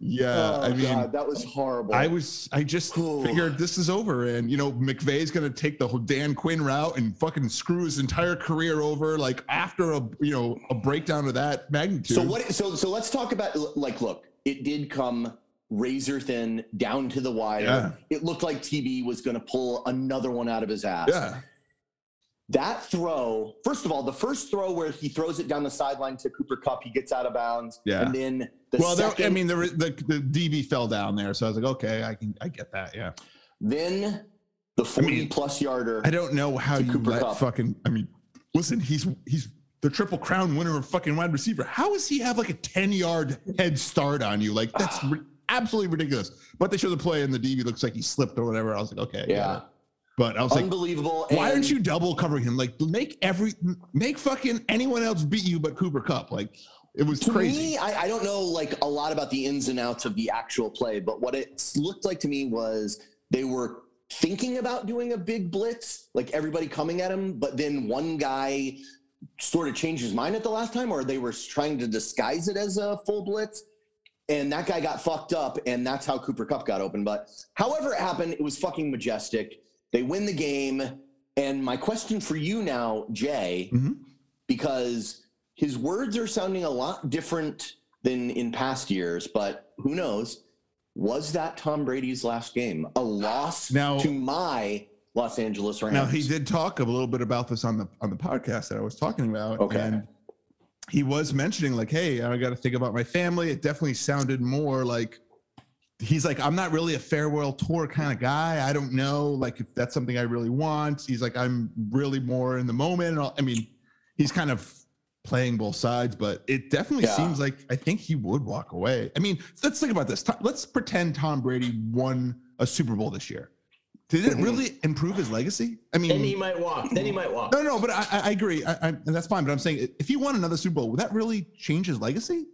yeah. oh Uh, I mean, God, that was horrible. I was, I just Ooh. figured this is over, and you know, McVay's gonna take the whole Dan Quinn route and fucking screw his entire career over. Like after a, you know, a breakdown of that magnitude. So what? So so let's talk about like look. It did come razor thin down to the wire. Yeah. It looked like TB was going to pull another one out of his ass. Yeah, That throw, first of all, the first throw where he throws it down the sideline to Cooper Cup, he gets out of bounds. Yeah. And then the well, there, second, I mean, there, was- the the DB fell down there, so I was like, okay, I can, I get that. Yeah, then the 40 mean, plus yarder. I don't know how To you Cooper let Kupp. fucking. I mean, listen, he's he's the triple crown winner of fucking wide receiver. How does he have like a ten yard head start on you? Like that's ri- absolutely ridiculous. But they show the play and the DB looks like he slipped or whatever. I was like, okay, I get Yeah. it. But I was like, Unbelievable. why and- aren't you double covering him? Like make every make fucking anyone else beat you but Cooper Cup. Like it was to crazy. me, I, I don't know like a lot about the ins and outs of the actual play, but what it looked like to me was they were thinking about doing a big blitz, like everybody coming at him, but then one guy sort of changed his mind at the last time, or they were trying to disguise it as a full blitz. And that guy got fucked up, and that's how Cooper Cup got open. But however it happened, it was fucking majestic. They win the game. And my question for you now, Jay, Mhm. because his words are sounding a lot different than in past years, but who knows? Was that Tom Brady's last game? A loss Now- to my Los Angeles Rams. Now he did talk a little bit about this on the on the podcast that I was talking about. Okay. And he was mentioning like, hey, I got to think about my family. It definitely sounded more like he's like, I'm not really a farewell tour kind of guy. I don't know like if that's something I really want. He's like, I'm really more in the moment. And all- I mean, he's kind of playing both sides, but it definitely Yeah. seems like I think he would walk away. I mean, let's think about this. Tom- Let's pretend Tom Brady won a Super Bowl this year. Did it Mhm. really improve his legacy? I mean, Then he might walk. Then he might walk. no, no, but I, I- I agree. I, I, and that's fine. But I'm saying if he won another Super Bowl, would that really change his legacy?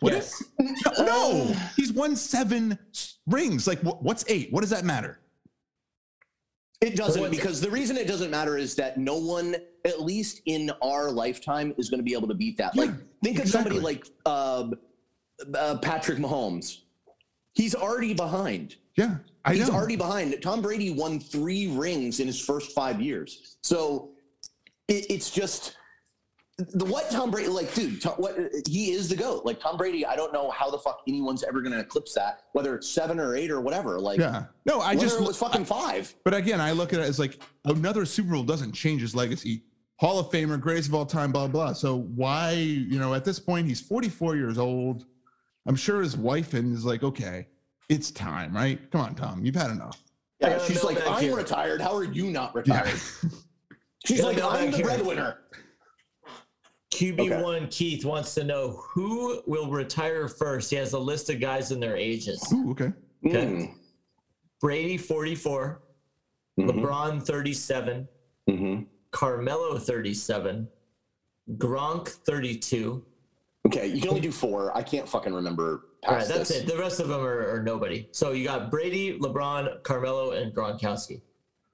Would it? yes. No, no. Uh, he's won seven s- rings. Like, wh- what's eight? What does that matter? It So doesn't it's- because the reason it doesn't matter is that no one, at least in our lifetime, is going to be able to beat that. Like, Yeah, think of exactly. somebody like uh, uh, Patrick Mahomes. He's already behind. Yeah, I He's know. already behind. Tom Brady won three rings in his first five years. So it, it's just the what Tom Brady, like, dude, Tom, what he is the goat. Like Tom Brady, I don't know how the fuck anyone's ever going to eclipse that, whether it's seven or eight or whatever. Like, yeah. No, I whether just. it was fucking five. but again, I look at it as like another Super Bowl doesn't change his legacy. Hall of Famer, greatest of all time, blah blah. So why, you know, at this point he's 44 years old. I'm sure his wife and is like, okay, it's time, right? Come on, Tom, you've had enough. I Yeah, got a she's like, mailbag I'm here. retired. How are you not retired? She's Got like, I'm a mailbag the here. breadwinner. QB1 Keith wants to know who will retire first. He has a list of guys and their ages. Ooh, okay. Okay. Mm. Brady 44, Mm-hmm. Mhm. LeBron 37, Mhm. Carmelo 37, Gronk 32. Okay, you can only do four. I can't fucking remember. All right, past that's this. it. The rest of them are, are nobody. So you got Brady, LeBron, Carmelo, and Gronkowski.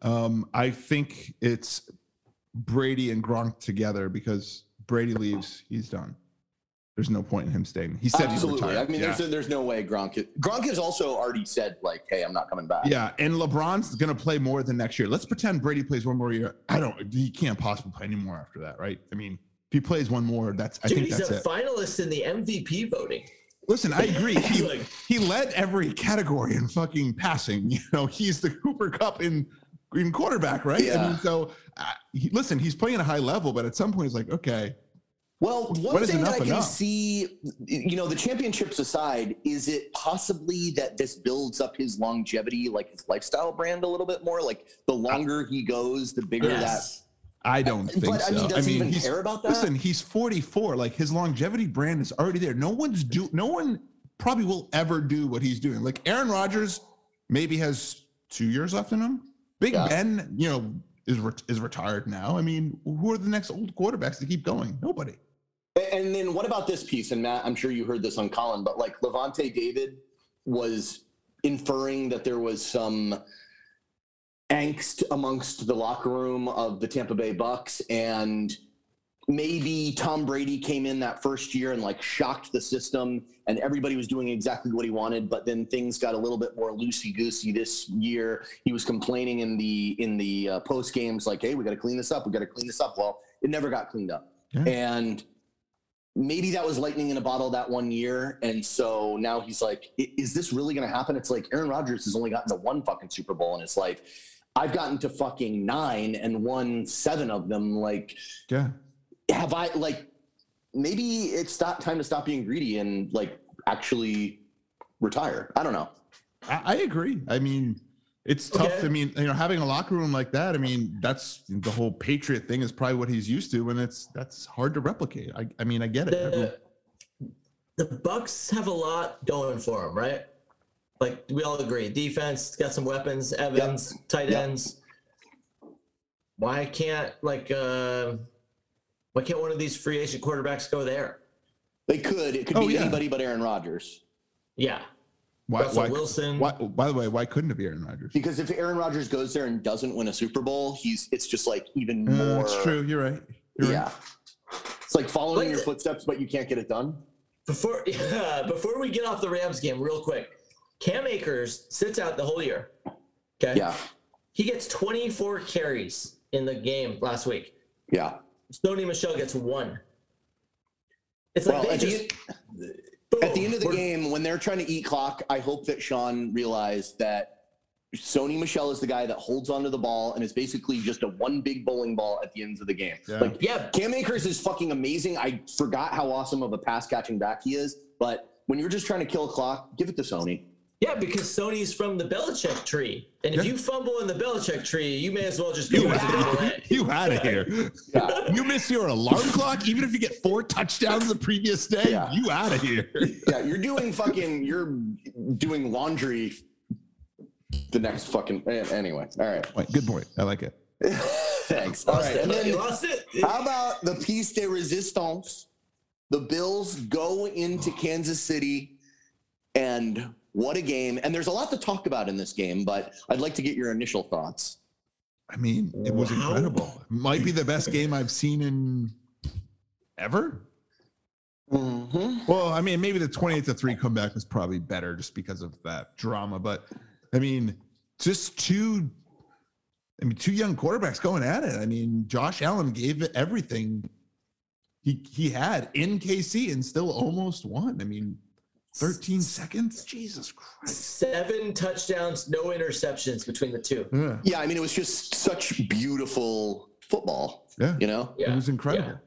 Um, I think it's Brady and Gronk together because Brady leaves, he's done. There's no point in him staying. He said he's Absolutely. I retired. mean, yeah. there's there's no way Gronk. Gronk has also already said like, "Hey, I'm not coming back." yeah, and LeBron's gonna play more than next year. Let's pretend Brady plays one more year. I don't. He can't possibly play anymore after that, right? I mean, if he plays one more, that's. I Dude, think he's that's a it. finalist in the MVP voting. Listen, I agree. He's He, like, he led every category in fucking passing. You know, he's the Cooper Cup in in quarterback, right? I Yeah. mean, so uh, he, listen, he's playing at a high level, but at some point, it's like, okay, Well, one What is thing that enough I can enough? see, you know, the championships aside, is it possibly that this builds up his longevity, like his lifestyle brand, a little bit more? Like the longer he goes, the bigger yes. I don't that. think But so. I mean, does he even he's- care about that? listen, he's 44. Like his longevity brand is already there. No one's do. No one probably will ever do what he's doing. Like Aaron Rodgers, maybe has two years left in him. Big Yeah. Ben, you know, is re- is retired now. I mean, who are the next old quarterbacks to keep going? Nobody. A- And then what about this piece? And Matt, I'm sure you heard this on Colin, but like Levante David was inferring that there was some angst amongst the locker room of the Tampa Bay Bucks and maybe Tom Brady came in that first year and like shocked the system and everybody was doing exactly what he wanted but then things got a little bit more loosey goosey this year he was complaining in the in the uh, post games like hey we got to clean this up we got to clean this up well it never got cleaned up Yeah. and maybe that was lightning in a bottle that one year and so now he's like "I- is this really going to happen it's like Aaron Rodgers has only gotten to one fucking Super Bowl in his life I've gotten to fucking 9 and won 7 of them like Yeah. have I like maybe it's not time to stop being greedy and like actually retire. I don't know. I, I agree. I mean, it's tough. Okay. I mean, you know, having a locker room like that. I mean, that's the whole Patriot thing is probably what he's used to, and it's that's hard to replicate. I, I mean, I get it. Everyone- The, the Bucks have a lot going for them, right? Like we all agree, defense got some weapons, Evans, tight Yep. ends. Why can't like uh, why can't one of these free agent quarterbacks go there? They could. It could Oh, be yeah. anybody but Aaron Rodgers. Yeah, why, Russell why, Wilson. why- By the way, why couldn't it be Aaron Rodgers? Because if Aaron Rodgers goes there and doesn't win a Super Bowl, he's it's just like even Uh, more. That's true. You're right. You're yeah. Right. It's like following Like your the- footsteps, but you can't get it done. Before before we get off the Rams game, real quick, Cam Akers sits out the whole year. Okay, Yeah. he gets 24 carries in the game last week. Yeah. Sony Michelle gets one. It's like Well, they at the just end- boom, At the end of the we're- game, when they're trying to eat clock, I hope that Sean realized that Sony Michelle is the guy that holds onto the ball and is basically just a one big bowling ball at the ends of the game. Yeah. Like Yeah, Cam Akers is fucking amazing. I forgot how awesome of a pass catching back he is, but when you're just trying to kill a clock, give it to Sony. yeah, because Sony's from the Belichick tree, and if Yeah. you fumble in the Belichick tree, you may as well just go You back to the out, way. you out of here. Yeah. You miss your alarm clock, even if you get four touchdowns the previous day. Yeah. You out of here. yeah, you're doing fucking you're doing laundry the next fucking a- anyway. All right. Wait, good point. I like it. Thanks. All right. And You then lost it. how about the piece de resistance? The Bills go into Kansas City and what a game. And there's a lot to talk about in this game, but I'd like to get your initial thoughts. I mean, it was Wow. incredible. Might be the best game I've seen in ever. Mm-hmm. Well, I mean, maybe the 28 to 3 comeback was probably better just because of that drama. But I mean, just two, I mean, two young quarterbacks going at it. I mean, Josh Allen gave it everything he, he had in KC and still almost won. I mean, 13 seconds? Jesus Christ. Seven touchdowns, no interceptions between the two. Yeah. Yeah, I mean, it was just such beautiful football, Yeah. you know? Yeah, It was incredible.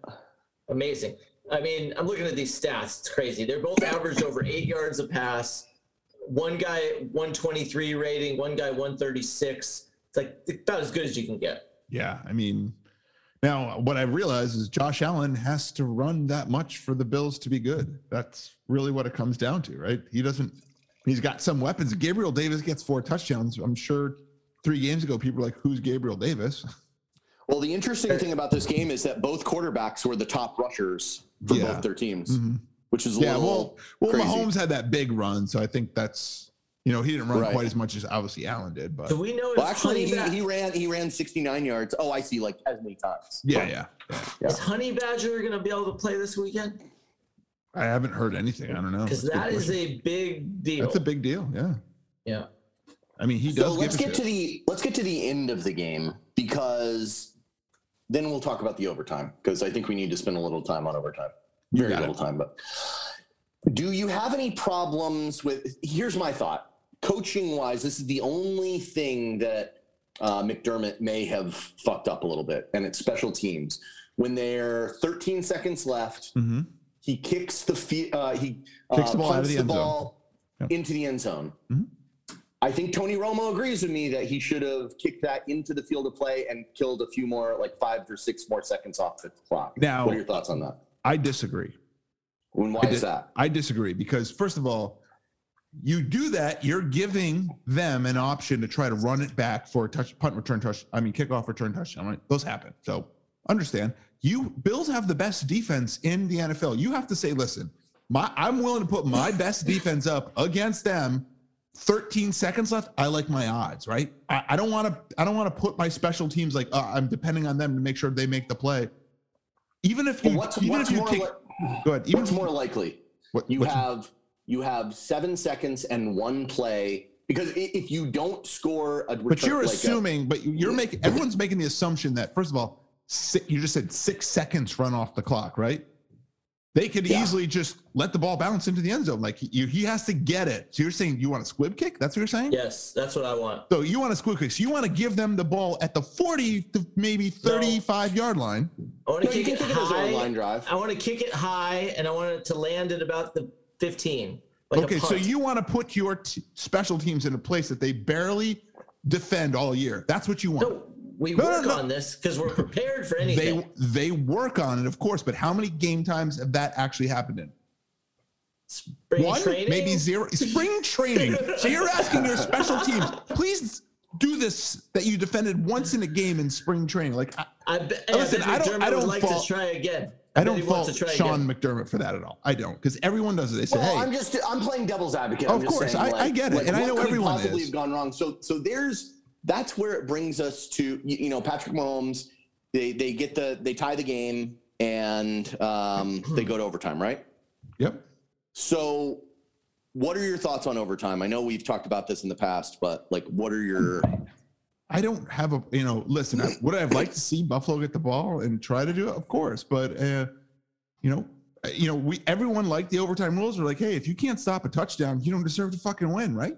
amazing. I mean, I'm looking at these stats. It's crazy. They're both averaged over eight yards a pass. one guy 123 rating, one guy 136. It's like about as good as you can get. Yeah, I mean, now what I realize is Josh Allen has to run that much for the Bills to be good. That's really what it comes down to, right? He doesn't. He's got some weapons. Gabriel Davis gets four touchdowns. I'm sure three games ago people were like, "Who's Gabriel Davis?" Well, the interesting thing about this game is that both quarterbacks were the top rushers for Yeah. both their teams, Mhm. which is a Yeah, little. well, well, crazy. Mahomes had that big run, so I think that's you know he didn't run Right. quite as much as obviously Allen did, but Do we know if Well, actually, he, Honey Bad- he ran he ran 69 yards. Oh, I see, like as many times. yeah, yeah. is Honey Badger going to be able to play this weekend? I haven't heard anything. I don't know. Because That's a that good is question. a big deal. that's a big deal. Yeah, yeah. I mean he does. So let's give a get shit. to the let's get to the end of the game because then we'll talk about the overtime because I think we need to spend a little time on overtime. You Very got little time, but do you have any problems with? Here's my thought: coaching wise, this is the only thing that uh, McDermott may have fucked up a little bit, and it's special teams. When there are 13 seconds left, Mhm. he kicks the feet. Uh, he Kicks uh, the ball out of punts the end zone. ball Yep. into the end zone. Mhm. I think Tony Romo agrees with me that he should have kicked that into the field of play and killed a few more, like five or six more seconds off the clock. Now- what are your thoughts on that? I disagree. And why I is di- that? I disagree because first of all, you do that, you're giving them an option to try to run it back for a touch punt return touch. I mean kickoff return touchdown. Right? Those happen. So understand. You Bills have the best defense in the NFL. You have to say, listen, my I'm willing to put my best defense up against them. 13 seconds left. I like my odds, right? I, I don't want to. I don't want to put my special teams like uh, I'm depending on them to make sure they make the play. Even if you, Well, what's even what's, if you more, kick, li- go ahead. Even what's if- more likely? what- You what's- have you have seven seconds and one play because i- if you don't score a return, But you're like a- assuming, but you're making everyone's making the assumption that first of all, si you just said six seconds run off the clock, right? They could Yeah. easily just let the ball bounce into the end zone. Like you, he has to get it. So you're saying you want a squib kick? That's what you're saying? Yes, that's what I want. So you want a squib kick. So you want to give them the ball at the 40 to maybe 35 yard line. I want to no, you can kick it think of it as a high. line drive. I want to kick it high, and I want it to land at about the 15. Like a okay, so punt. you want to put your t- special teams in a place that they barely defend all year. That's what you want. No, we No, no, work no. on this because we're prepared for anything. they they work on it, of course, but how many game times have that actually happened in? Spring One, training? maybe zero. Spring training. so you're asking your special teams, please do this that you defended once in a game in spring training. Like I, I, bet Listen, I, I bet don't- McDermott I don't would like fault- to try again. I bet don't he wants fault to try Sean again. McDermott for that at all. I don't, because everyone does it. They say, Well, hey, I'm just I'm playing devil's advocate. Of I'm just course, saying, I- like- I get it, like, and I what know could everyone possibly is. have gone wrong. So so there's that's where it brings us to you, you know Patrick Mahomes. They they get the they tie the game and um, they go to overtime, right? yep. So what are your thoughts on overtime? I know we've talked about this in the past, but like what are your I don't have a you know. Listen, I, would I have liked to see Buffalo get the ball and try to do it? Of course, but uh, you know, uh, you know, we everyone liked the overtime rules. We're like, hey, if you can't stop a touchdown, you don't deserve to fucking win, right?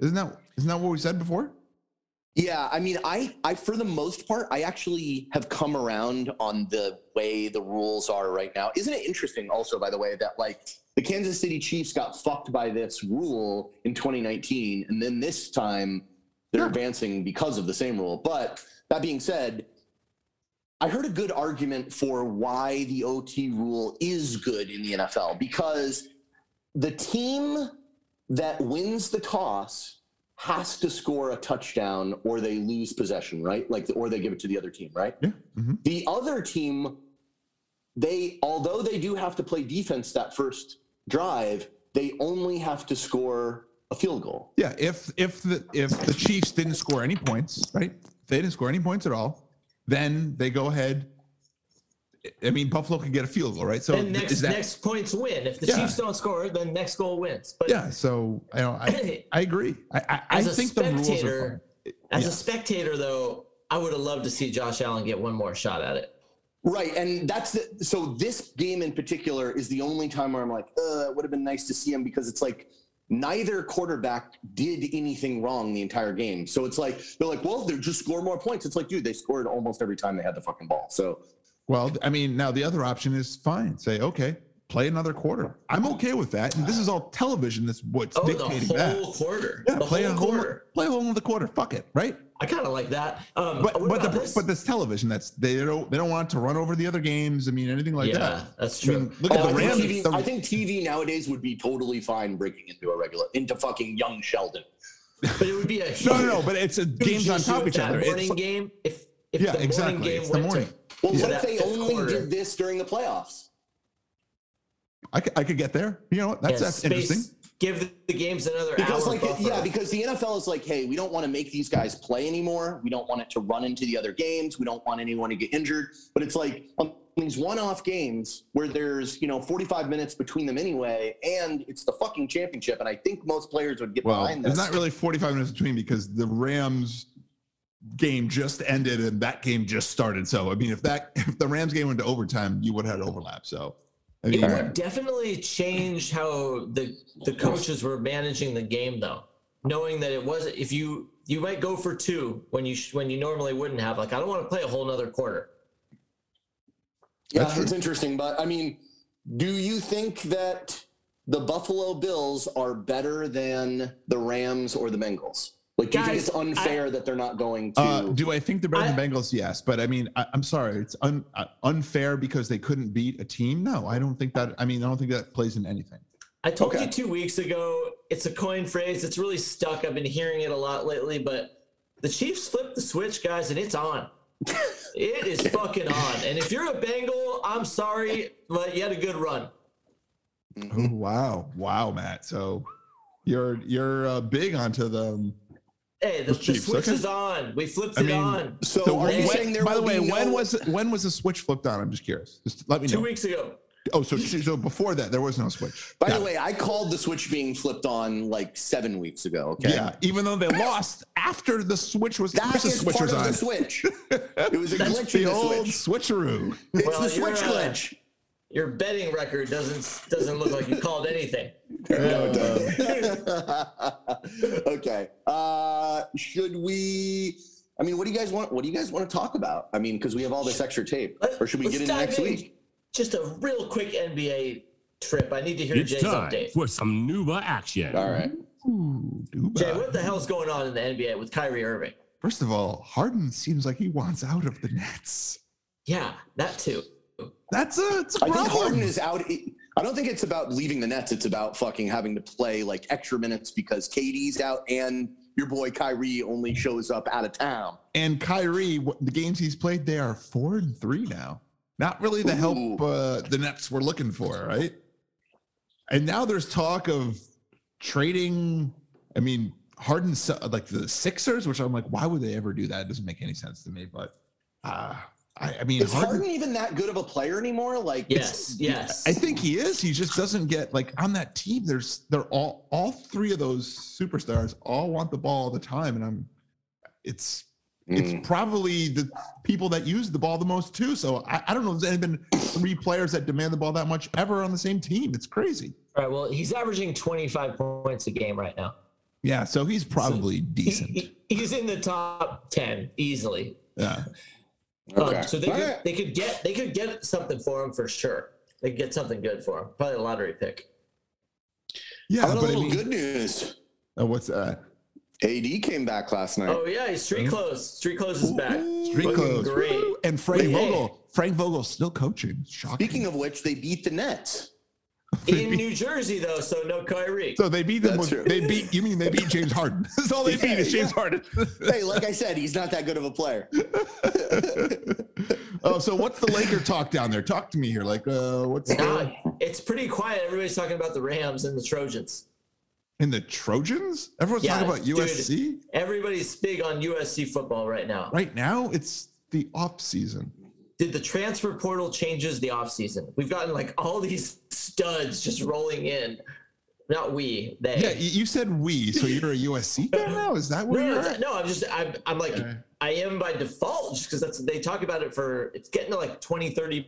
Isn't that isn't that what we said before? Yeah, I mean, I, I for the most part, I actually have come around on the way the rules are right now. Isn't it interesting, also, by the way, that like the Kansas City Chiefs got fucked by this rule in 2019, and then this time they're Yeah. advancing because of the same rule. But that being said, I heard a good argument for why the OT rule is good in the NFL because the team that wins the toss has to score a touchdown or they lose possession, right? Like, or they give it to the other team, right? Yeah. Mhm. The other team, they, although they do have to play defense that first drive, they only have to score a field goal. Yeah. If if the if the Chiefs didn't score any points, right? If they didn't score any points at all, then they go ahead. I mean, Buffalo could get a field goal, right? So and next is that next points win. If the Yeah. Chiefs don't score, then next goal wins. But yeah? So I don't, I I agree. I I, I As a think the rules are fine. spectator- as Yeah. a spectator, though, I would have loved to see Josh Allen get one more shot at it. Right, and that's the, so. This game in particular is the only time where I'm like, uh, it would have been nice to see him because it's like neither quarterback did anything wrong the entire game. So it's like they're like, well, they just score more points. It's like, dude, they scored almost every time they had the fucking ball. So Well, I mean, now the other option is fine. Say, okay, play another quarter. I'm okay with that. And this is all television that's what's Oh, the dictating that. whole quarter. Yeah, the play whole a whole quarter. play a whole another quarter. Fuck it, right? I kind of like that. Um, But what but the about this? but this television that's they don't they don't want to run over the other games. I mean anything like yeah, that. that's I true. Um, mean, look Oh, at I, the think Rams. TV, the- I think TV nowadays would be totally fine breaking into a regular into fucking young Sheldon. but it would be a huge, no, no, no. But it's a, games on issue top of if each that other. Morning It's, game. If if yeah, the morning exactly. game It's the went morning. to Well, Yeah. what if they Fifth only quarter. did this during the playoffs? I could, I could get there. You know what? That's, yeah, that's space, interesting. Give the, the games another Because hour. like buffer. yeah, because the NFL is like, hey, we don't want to make these guys play anymore. We don't want it to run into the other games. We don't want anyone to get injured. But it's like on these one-off games where there's you know 45 minutes between them anyway, and it's the fucking championship. And I think most players would get Well, behind there's this. not really 45 minutes between because the Rams game just ended and that game just started. So I mean, if that if the Rams game went to overtime, you would have had overlap. So I it mean, would definitely change how the the coaches were managing the game, though. Knowing that it wasn't, if you you might go for two when you sh- when you normally wouldn't have. Like I don't want to play a whole nother quarter. Yeah, That's true. it's interesting, but I mean, do you think that the Buffalo Bills are better than the Rams or the Bengals? Like, do you think Guys, it's unfair that they're not going to? uh, do I think they're better than Bengals? Yes, but I mean, I, I'm sorry, it's un, uh, unfair because they couldn't beat a team. No, I don't think that. I mean, I don't think that plays in anything. I told Okay. you two weeks ago. It's a coin phrase. It's really stuck. I've been hearing it a lot lately, but the Chiefs flipped the switch, guys, and it's on. it is fucking on. And if you're a Bengal, I'm sorry, but you had a good run. Oh, wow, wow, Matt. So you're you're uh, big onto the. Hey, the, The the Chiefs, switch okay. is on. We flipped I it mean, on so, are when- you saying there? by the will way, be when no- was when was the switch flipped on? I'm just curious. Just let me two know. weeks ago. Oh, so so before that, there was no switch. By Got the it. way, I called the switch being flipped on like seven weeks ago. Okay, yeah, even though they lost after the switch was that after the is switch part was of on. the switch. It was a That's glitch in the the old switch. switcheroo. It's Well, the you're, switch uh, glitch. Your betting record doesn't doesn't look like you called anything. Um, No, it doesn't. okay. Uh, should we? I mean, what do you guys want? What do you guys want to talk about? I mean, because we have all this extra tape, Let- or should we let's get into dive next in. week? Just a real quick NBA trip. I need to hear It's Jay's time update. Uh, for some Nuba action. All Mm-hmm. right. Ooh, Dubai. Jay, what the hell's going on in the NBA with Kyrie Irving? First of all, Harden seems like he wants out of the Nets. Yeah, that too. That's a, it's a I problem. think Harden is out. I don't think it's about leaving the Nets. It's about fucking having to play like extra minutes because KD's out and your boy Kyrie only shows up out of town. and Kyrie, what, the games he's played, they are four and three now. Not really the help Ooh. uh, the Nets were looking for, right? And now there's talk of trading. I mean, Harden, se- like the Sixers, which I'm like, why would they ever do that? It doesn't make any sense to me. But uh, I, I mean, Is Harden, Harden even that good of a player anymore? Like, Yes, yes. I think he is. He just doesn't get like on that team. There's they're all all three of those superstars all want the ball all the time, and I'm. It's Mm. it's probably the people that use the ball the most too. So I, I don't know if there's been three players that demand the ball that much ever on the same team. It's crazy. All right. Well, he's averaging 25 points a game right now. Yeah, so he's probably He- decent. he- he's in the top 10 easily. Yeah. Okay. Um, so they All could, right. they could get they could get something for him for sure. They could get something good for him. Probably a lottery pick. Yeah, How about a but I little mean, good news? uh, what's that? AD came back last night. Oh yeah, he's street close. Street close is back. Street Looking clothes. great. Woo! And Frank Wait, hey. Vogel. Frank Vogel's still coaching. Shocking. Speaking of which, they beat the Nets. In New Jersey though, so no Kyrie. so they beat them. That's With, true. they beat. You mean they beat James Harden? That's all they beat is James Harden. hey, like I said, he's not that good of a player. oh, so what's the Laker talk down there? Talk to me here. Like, uh, what's the, Now, it's pretty quiet. Everybody's talking about the Rams and the Trojans. in the Trojans? Everyone's Yeah, talking about dude. USC. Everybody's big on USC football right now. right now it's the off season. Did the transfer portal changes the offseason? We've gotten like all these studs just rolling in. Not we, they. Yeah, y- you said we, so you're a USC guy now. Is that No, where no, you're it's- at? no, I'm just, I'm, I'm like, Okay. I am by default just because that's, they talk about it for, it's getting to like 20, 30%.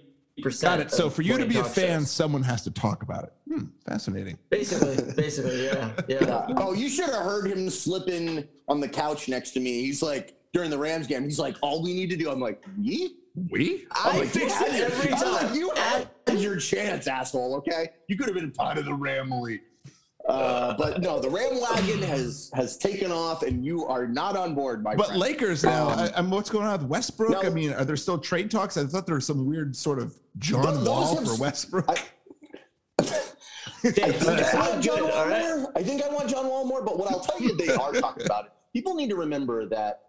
Got it. So of for you to morning be a talk fan, shows. someone has to talk about it. Hmm, fascinating. Basically, basically, yeah. Yeah. Yeah. Oh, you should have heard him slipping on the couch next to me. He's like, during the Rams game. He's like, all we need to do. I'm like, me? We? I'm I like, fix you it had your- every I'm time. like, you had your chance, asshole. Okay, you could have been part of the Ramley. Uh, but no, the Ram wagon has has taken off, and you are not on board, my But friend. Lakers now. Um, I, I'm what's going on with Westbrook? no. I mean, are there still trade talks? I thought there was some weird sort of Th- John those Wall have- for Westbrook. I- I Dave, think I that's want not John good. Wall All right. more. I think I want John Wall more, but what I'll tell you, they are talking about it. People need to remember that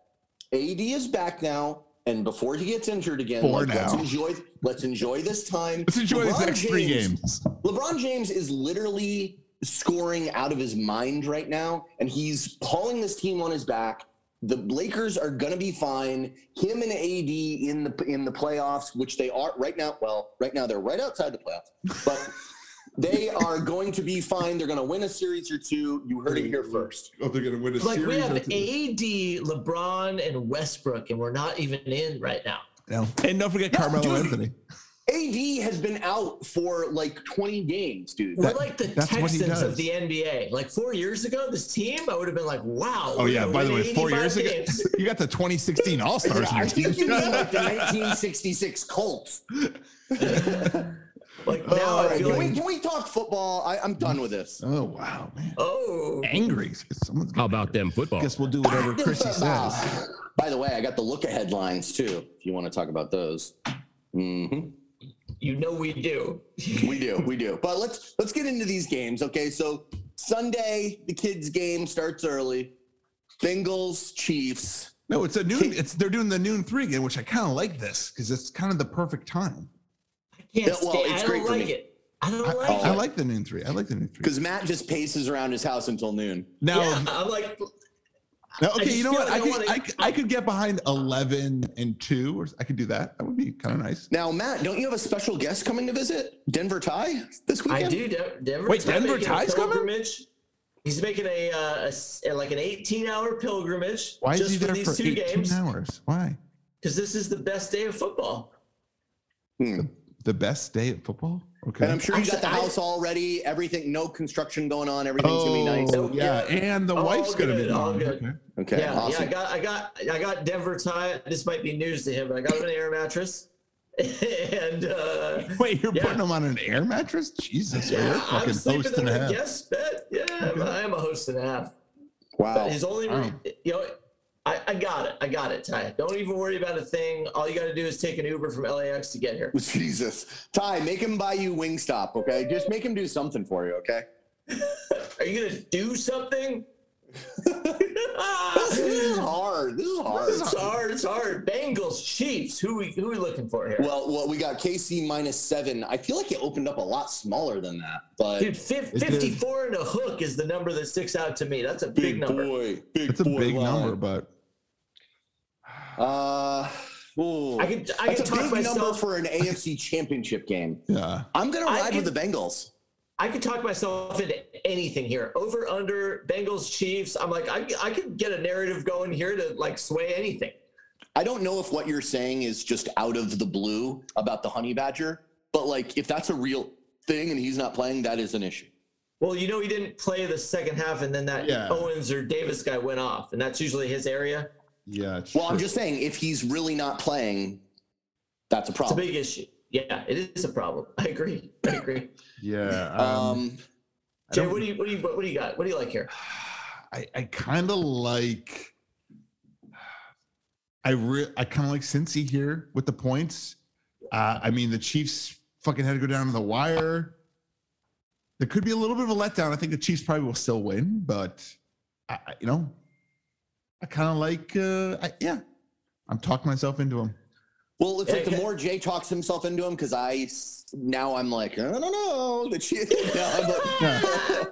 AD is back now, and before he gets injured again, For like, let's now. enjoy let's enjoy this time. Let's enjoy these LeBron next three James- games. LeBron James is literally scoring out of his mind right now, and he's hauling this team on his back. The Lakers are gonna be fine. Him and AD in the in the playoffs, which they are right now. Well, right now they're right outside the playoffs, but they are going to be fine. They're gonna win a series or two. You heard it here first. Oh, they're gonna win a Like we have AD, LeBron, and Westbrook, and we're not even in right now. No. And don't forget No, Carmelo dude. Anthony. AD has been out for like 20 games, dude. We're That- like the that's what he Texans does. of the NBA. Like four years ago, this team, I would have been like, wow. Oh we're yeah. gonna By the win way, four 85 years ago, games. you got the 2016 All Stars. I think you mean like the 1966 Colts. Like now All Oh, I right, feel can, like, we, can we talk football? I, I'm done with this. Oh wow, man. oh. Angry. Someone's How about them football? guess we'll do whatever Chrissy says. Ah. By the way, I got the look ahead lines too. If you want to talk about those, Mhm. You know we do. we do, we do. But let's let's get into these games. Okay, so Sunday the kids game starts early. Bengals Chiefs. No, it's a noon. It's they're doing the noon three game, which I kind of like this because it's kind of the perfect time. I can't Yeah, well, stand- it's I don't great for like me. it. I don't I, oh, like I it. like the noon three. I like the noon three. Because Matt just paces around his house until noon. Now, Yeah, I'm like, now, okay, just you know feel what? like I I could, wanna- I, could, I could get behind eleven and two, or I could do that. That would be kind of nice. Now, Matt, don't you have a special guest coming to visit Denver Ty this I weekend? do. De- Denver. Wait, Ty Denver making a Ty's coming? pilgrimage. He's making a, uh, a s- like an 18-hour pilgrimage Why is just he there for for these two eighteen games hours? Why? because this is the best day of football. Hmm. The best day at football? Okay. And I'm sure you got the Actually, I- house all ready. Everything, no construction going on. Everything's gonna be nice. Oh, yeah, and the All wife's gonna be good, all gone. good. Okay. Okay, yeah, awesome. yeah. I got, I got, I got Denver Ty. This might be news to him, but I got him an air mattress, and uh, Wait, you're Yeah. putting them on an air mattress? Jesus, well, yeah, you're a I'm fucking sleeping host in and a a half. guest bed. Yeah, I'm- I am a host and a half. wow. His only, re- you know, I, I got it. I got it, Ty. Don't even worry about a thing. All you got to do is take an Uber from LAX to get here. Jesus. Ty, make him buy you Wingstop, okay? Just make him do something for you, okay? Are you gonna do something? This is it's hard. This is hard. hard. It's hard. Bengals, Chiefs. Who we who we looking for here? Well, well, we got KC minus seven. I feel like it opened up a lot smaller than that, but Dude, fif- It's good. 54 and a hook is the number that sticks out to me. That's a big, number. boy, big That's a boy big line. number, but Uh, ooh. I can That's I can a big talk number myself for an AFC championship game. yeah. I'm gonna I ride with can- the Bengals. I could talk myself into anything here. Over under Bengals Chiefs. I'm like I I could get a narrative going here to like sway anything. I don't know if what you're saying is just out of the blue about the honey badger, but like if that's a real thing and he's not playing, that is an issue. Well, you know he didn't play the second half, and then that Yeah. Owens or Davis guy went off, and that's usually his area. Yeah. Well, I'm just saying, if he's really not playing, that's a It's a problem. big issue. Yeah, it is a problem. I agree. I agree. yeah. um, I Jay, don't- what do you what do you what do you got? What do you like here? I, I kind of like I re- I kind of like Cincy here with the points. Uh, I mean, the Chiefs fucking had to go down to the wire. There could be a little bit of a letdown. I think the Chiefs probably will still win, but I, I- you know, I kind of like uh, I, yeah. I'm talking myself into them. well, it looks like the Okay. more Jay talks himself into him, because I s- now I'm like, I don't know the Chiefs. now I'm, like,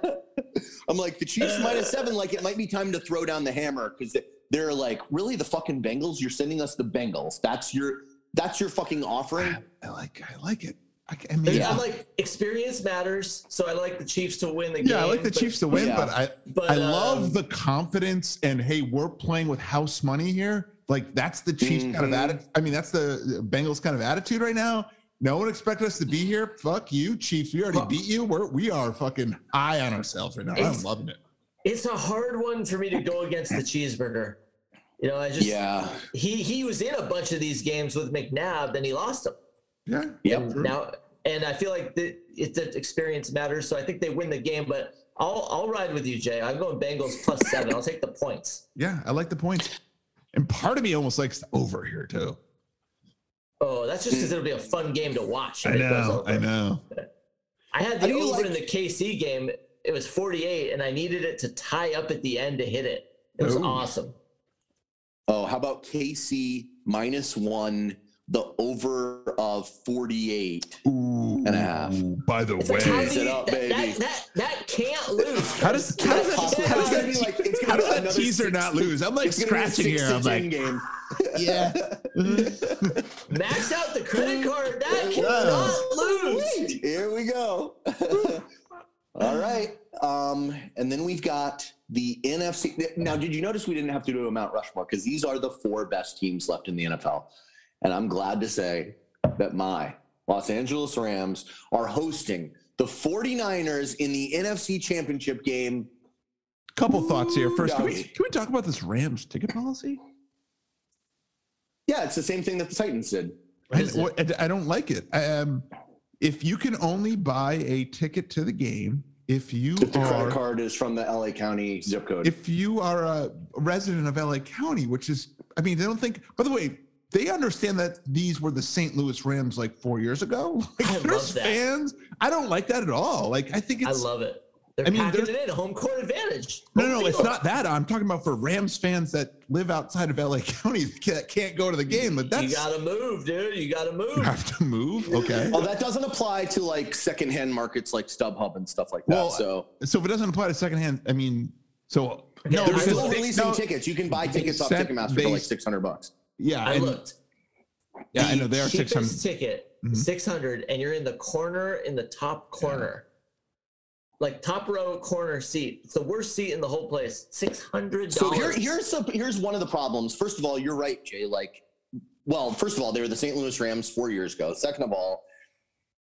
I'm like the Chiefs minus seven. Like it might be time to throw down the hammer because they're like, really the fucking Bengals. You're sending us the Bengals. That's your that's your fucking offering. I, I like I like it. I, c- I mean, There's- Yeah. I'm like experience matters, so I like the Chiefs to win the game. yeah, I like the but- Chiefs to win, Yeah. but I But I love um, the confidence and hey, we're playing with house money here. Like that's the Chiefs kind of Mhm. attitude. I mean, that's the the Bengals kind of attitude right now. No one expected us to be here. Fuck you, Chiefs. We already Fuck. beat you. We're we are fucking high on ourselves right now. I'm It's- loving it. It's a hard one for me to go against the cheeseburger. You know, I just Yeah. he he was in a bunch of these games with McNabb, then he lost them. Yeah. Yep. And now, and I feel like the, it, the experience matters. So I think they win the game, but I'll I'll ride with you, Jay. I'm going Bengals plus seven. I'll take the points. Yeah. I like the points. And part of me almost likes the over here too. Oh, that's Mm. just because it'll be a fun game to watch. if I it goes know. over. I know. I How had the do you over like- in the KC game. It was 48, and I needed it to tie up at the end to hit it. It was Ooh. awesome. Oh, how about KC minus one, the over of 48? Ooh. And a half. By the It's way, like, how Raise do it you- up, that, that- baby. that- that can't lose. how does how does It's that, gonna how does be that, like- it's gonna how does be that another teaser six- not lose? I'm like It's gonna be a scratching here. I'm 6-10 like, game. yeah. Max out the credit card. That cannot Wow. lose. Here we go. All right. Um, and then we've got the NFC. Now, did you notice we didn't have to do a Mount Rushmore? Because these are the four best teams left in the NFL. And I'm glad to say that my Los Angeles Rams are hosting the 49ers in the NFC Championship game. Couple thoughts here. First, can we, Doggy. can we talk about this Rams ticket policy? Yeah, it's the same thing that the Titans did. I, Is it- what- I- I don't like it. Um, if you can only buy a ticket to the game, if you If the are credit card is from the LA County zip code. if you are a resident of LA County, which is, I mean, they don't think. By the way, they understand that these were the St. Louis Rams like four years ago. Like, I love there's that. fans. I don't like that at all. Like, I think I it's love it. They're I mean, packing they're- it in. Home court advantage. no, Home no, it's field. not that. I'm talking about for Rams fans that live outside of LA County that can't- can't go to the game. But that's You gotta move, dude. You gotta move. have to move. Okay. Oh, that doesn't apply to like secondhand markets like StubHub and stuff like that. Well, so So if it doesn't apply to secondhand, I mean, so Okay, they're no, they're because still they- releasing no, tickets. You can buy tickets off Except Ticketmaster they- for like six hundred bucks. Yeah, I and- looked. yeah, I The know they are six cheapest hundred. ticket, Mhm. six hundred, and you're in the corner, in the top corner, like top row corner seat. It's the worst seat in the whole place. Six hundred So dollars. here, here's the, here's one of the problems. First of all, you're right, Jay. Like, well, first of all, they were the St. Louis Rams four years ago. Second of all,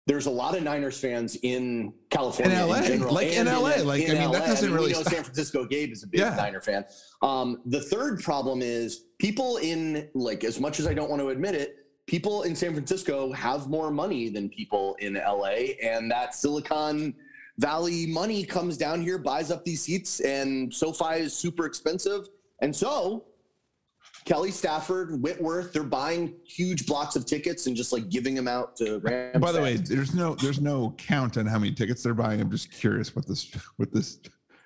there's a lot of Niners fans in California In LA, general, like in and LA, like, I mean, that doesn't we really know stop. San Francisco Gabe is a big Yeah. Niner fan. Um, the third problem is people in like as much as I don't want to admit it, people in San Francisco have more money than people in LA, and that Silicon Valley money comes down here, buys up these seats, and SoFi is super expensive. And so Kelly Stafford, Whitworth, they're buying huge blocks of tickets and just like giving them out to Rams. By the way, fans. there's no there's no count on how many tickets they're buying. I'm just curious what this what this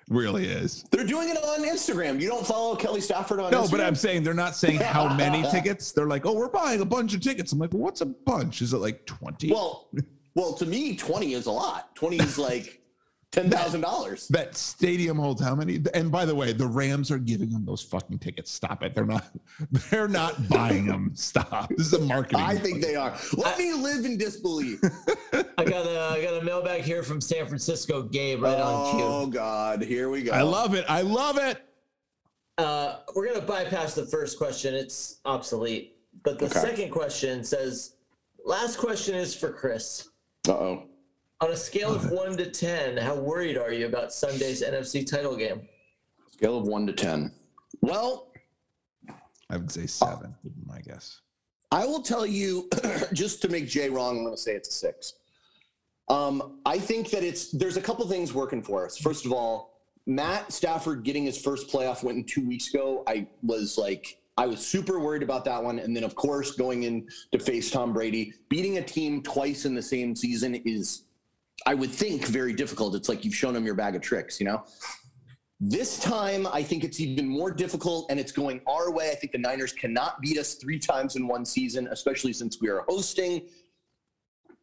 really is. they're doing it on Instagram. You don't follow Kelly Stafford on No, Instagram. but I'm saying they're not saying how many tickets. They're like, oh, we're buying a bunch of tickets. I'm like, well, what's a bunch? Is it like twenty? well, well, to me, 20 is a lot. 20 is like $10,000. that stadium holds how many? And by the way, the Rams are giving them those fucking tickets. Stop it. They're not they're not buying them. Stop. This is a marketing. I think they are. Let me live in disbelief. I got a I got a mailbag here from San Francisco Gabe right on oh, God. Here we go. I love it. I love it. cue. Uh, we're gonna bypass the first question. It's obsolete. But the Okay. second question says, last question is for Chris. Uh oh. On a scale of one to ten, how worried are you about Sunday's NFC title game? Scale of one to 10. Well, I would say seven, my guess. I will tell you, just to make Jay wrong, I'm going to say it's a six. Um, I think that it's there's a couple things working for us. First of all, Matt Stafford getting his first playoff win two weeks ago, I was like, I was super worried about that one. And then, of course, going in to face Tom Brady, beating a team twice in the same season is, I would think, very difficult. It's like you've shown him your bag of tricks, you know? This time, I think it's even more difficult and it's going our way. I think the Niners cannot beat us three times in one season, especially since we are hosting.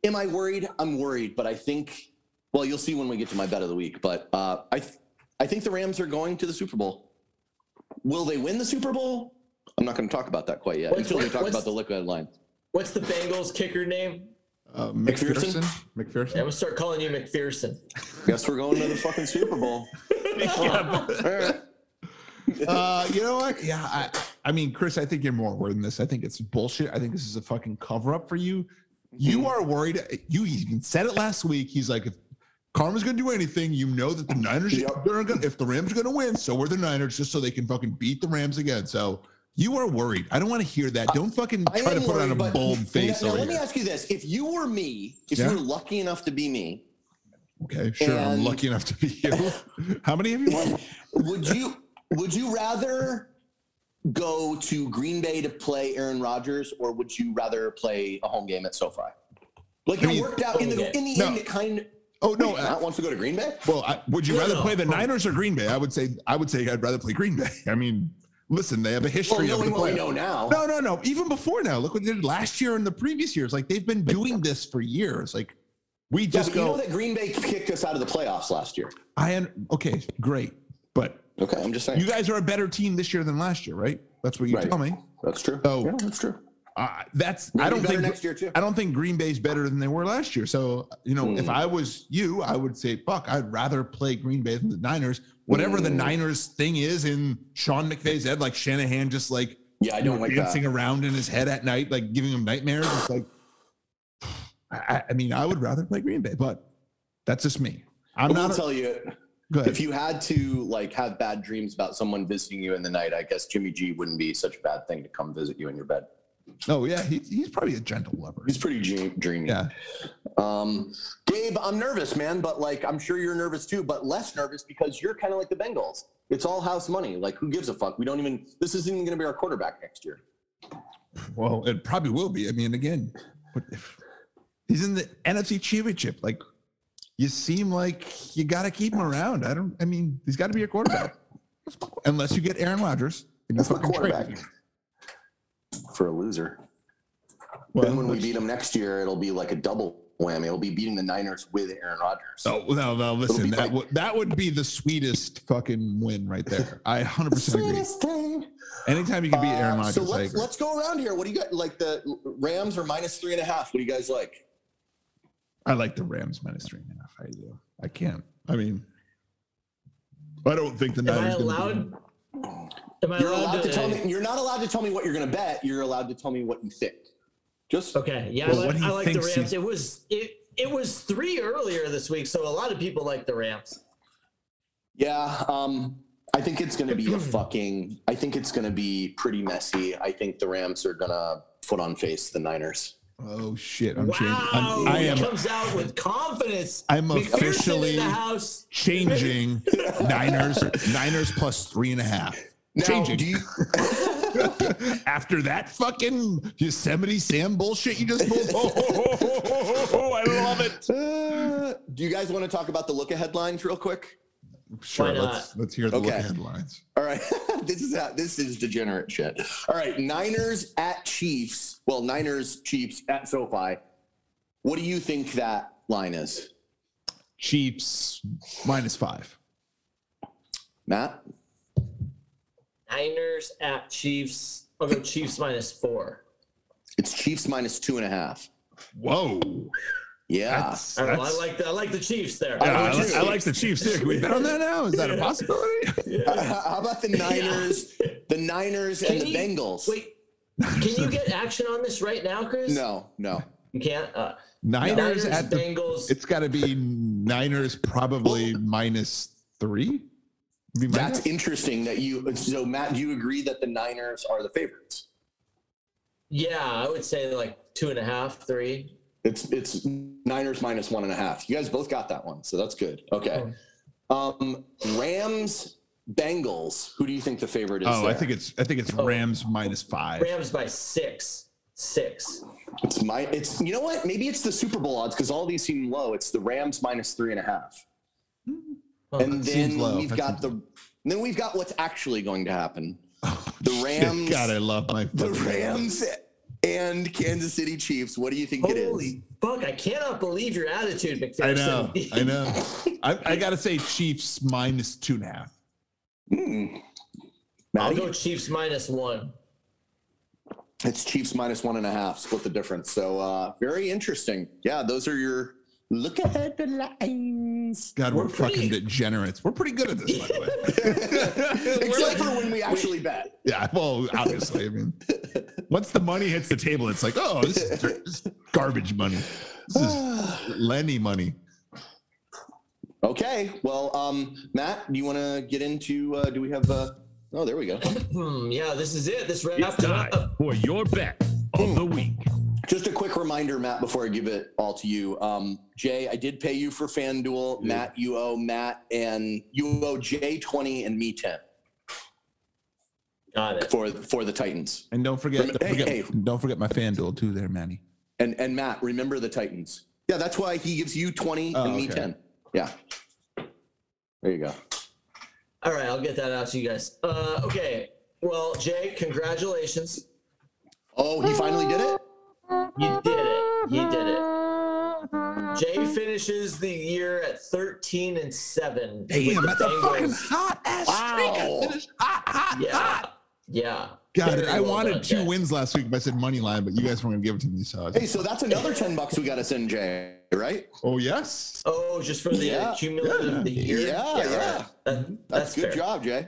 Am I worried? I'm worried, but I think, well, you'll see when we get to my bet of the week. But uh, I, th- I think the Rams are going to the Super Bowl. Will they win the Super Bowl? I'm not going to talk about that quite yet What's- until we what- talk what's- about the liquid line. What's the Bengals kicker name? Uh, McPherson? McPherson. McPherson. I'm gonna start calling you McPherson. Guess we're going to the fucking Super Bowl. All right. uh, you know what? Yeah, I, I mean, Chris, I think you're more worried than this. I think it's bullshit. I think this is a fucking cover up for you. Mhm. You are worried. You even said it last week. He's like, if Karma's going to do anything, you know that the Niners, Yep. they're gonna, if the Rams are going to win, so are the Niners, just so they can fucking beat the Rams again. So You are worried. I don't want to hear that. Don't fucking I try am to put on a worried, but- bold face. Now, now over let me here. ask you this: If you were me, if Yeah. you were lucky enough to be me, Okay, sure. I'm And- lucky enough to be you. How many of you? Are? would you would you rather go to Green Bay to play Aaron Rodgers, or would you rather play a home game at SoFi? Like I mean- it worked out in the in the No. end, it kind of. Oh No, no. Wait, uh, Matt wants to go to Green Bay. well, I, would you No, rather no. play the Niners or Green Bay? I would say I would say I'd rather play Green Bay. I mean, listen, they have a Well, history knowing of the what we playoffs. know now, No, no, no. Even before now, look what they did last year and the previous years. Like they've been doing this for years. Like we Yeah, just but you know go. that Green Bay kicked us out of the playoffs last year. I am okay, great, but Okay, I'm just saying you guys are a better team this year than last year, right? That's what you Right. tell me. that's true. Oh. yeah, that's true. Uh, that's We'll be I don't better think next year too. I don't think Green Bay's better than they were last year. So you know, if Hmm. I was you, I would say, fuck, I'd rather play Green Bay than the Niners. Whatever the Hmm. Niners thing is in Sean McVay's head, like Shanahan just like yeah, I don't like that. dancing around in his head at night, like giving him nightmares. It's like, I- I, I mean, I would rather play Green Bay, but that's just me. I'm I will not. A, tell you, go ahead. if you had to like have bad dreams about someone visiting you in the night, I guess Jimmy G wouldn't be such a bad thing to come visit you in your bed. oh yeah, he, he's probably a gentle lover. He's pretty dream- dreamy. Yeah. Um, Gabe, I'm nervous, man, but like I'm sure you're nervous too, but less nervous because you're kind of like the Bengals. It's all house money. Like, who gives a fuck? We don't even. This isn't even going to be our quarterback next year. Well, it probably will be. I mean, again, what if he's in the NFC Championship? Like, you seem like you got to keep him around. I don't. I mean, he's got to be your quarterback, unless you get Aaron Rodgers. and you That's my fucking trade quarterback him. for a loser. then when we beat them next year, it'll be like a double whammy. It'll be beating the Niners with Aaron Rodgers. No, no, no. It'll Listen, be that like- would that would be the sweetest fucking win right there. I 100 The percent agree. sweetest thing. Anytime you can beat Aaron Uh, Rodgers, So I let's, agree. let's go around here. What do you got? Like the Rams are minus three and a half. What do you guys like? I like the Rams minus three and a half. I do. I can't. I mean, I don't think the Am I Niners. gonna beat them. allowed? Am I You're allowed, allowed to, to tell me. You're not allowed to tell me what you're going to bet. You're allowed to tell me what you think. Just Okay, yeah, Well, I what like, do you I like the think, Steve? Rams. It was it it was three earlier this week, so a lot of people like the Rams. yeah. Um, I think it's going to be a fucking. I think it's going to be pretty messy. I think the Rams are going to foot on face the Niners. Oh shit! I'm changing. wow, I'm, I he am comes out with confidence. I'm McPherson officially- in the house. changing Niners. Niners plus three and a half. Now, changing. do you? After that fucking Yosemite Sam bullshit you just pulled. Oh, I love it. Uh, do you guys want to talk about the look ahead lines real quick? Sure. Why not? Let's let's hear the Okay. look headlines. All right, this is this is degenerate shit. All right, Niners at Chiefs. Well, Niners Chiefs at SoFi. What do you think that line is, Chiefs minus five. Matt? Niners at Chiefs. I'll go Chiefs minus four. It's Chiefs minus two and a half. Whoa. Yeah, That's, I, don't know, I that's- like the, I like the Chiefs there. Yeah, I I, do like, too. I like the Chiefs too. Can we bet on that now? Is that a possibility? How about the Niners, the Niners and Can the you- Bengals? Wait, can you get action on this right now, Chris? No, no. you can't. Uh, Niners Niners, at the. Bengals. It's got to be Niners probably minus three. Be my That's guess. interesting that you. So, Matt, do you agree that the Niners are the favorites? yeah, I would say like two and a half, three. It's it's Niners minus one and a half. You guys both got that one, so that's good. Okay. Oh. Um, Rams, Bengals. Who do you think the favorite is? Oh, I there? think it's I think it's Oh. Rams minus five. Rams by six, six. it's my. It's you know what? Maybe it's the Super Bowl odds because all these seem low. It's the Rams minus three and a half. Oh, and that seems then low. we've That got seems the then we've got what's actually going to happen. Oh, The Rams God, I love my the fucking- Rams and Kansas City Chiefs. What do you think it is? Holy fuck! I cannot believe your attitude, McPherson. I know, I know. I, I gotta say, Chiefs minus two and a half. Hmm. I'll Matty? go Chiefs minus one. It's Chiefs minus one and a half. Split the difference. So uh, very interesting. Yeah, those are your look ahead lines. God, we're, We're fucking pretty- degenerates. We're pretty good at this, by the way. Except for when we actually bet. yeah, well, obviously, I mean, once the money hits the table, it's like, oh, this is, this is garbage money. This is Lenny money. okay. Well, um, Matt, do you want to get into? Uh, do we have uh, Oh, there we go. Hmm, yeah, this is it. This It's wraps it time up. for your bet of the week. Just a quick reminder, Matt, before I give it all to you. Um, Jay, I did pay you for FanDuel. Matt, you owe Matt and you owe Jay 20 and me 10 Got it. for for the Titans. And don't forget, don't Hey, forget, hey. don't forget my fan duel too, there, Manny. And and Matt, remember the Titans. Yeah, that's why he gives you 20 Oh, and me okay. 10. Yeah. There you go. All right, I'll get that out to you guys. Uh, okay. Well, Jay, congratulations. Oh, he finally did it? You did it. You did it. Jay finishes the year at 13 and 7. with Damn, the that's a fucking Bengals. hot ass Wow. streak. Finish hot, hot, Yeah. hot. Yeah. Ah! Got it. Very I well wanted done, two Jay. wins last week, but I said money line, but you guys weren't gonna give it to me, so I was Hey, so that's another 10 bucks we got to send Jay, right? oh yes. Oh, just for the Yeah. cumulative of the year. Yeah, yeah. That- Mm-hmm. That's, good fair. job, Jay.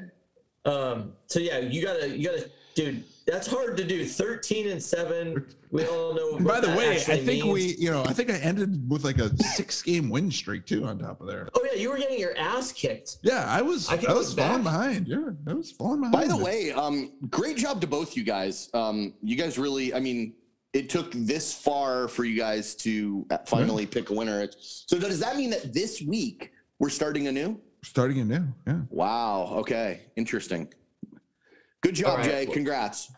Um, so yeah, you gotta, you gotta, dude. That's hard to do. Thirteen and seven. We all know. What And by the that way, I actually think means. we, you know, I think I ended with like a six game win streak too on top of there. Oh yeah, you were getting your ass kicked. Yeah, I was I I, can was look falling back. behind. Yeah, I was falling behind. By the way, um, great job to both you guys. Um, you guys really, I mean, it took this far for you guys to uh, finally pick a winner. It's- So does that mean that this week we're starting anew? starting anew. Yeah. Wow. Okay. Interesting. Good job, All right. Jay. Congrats.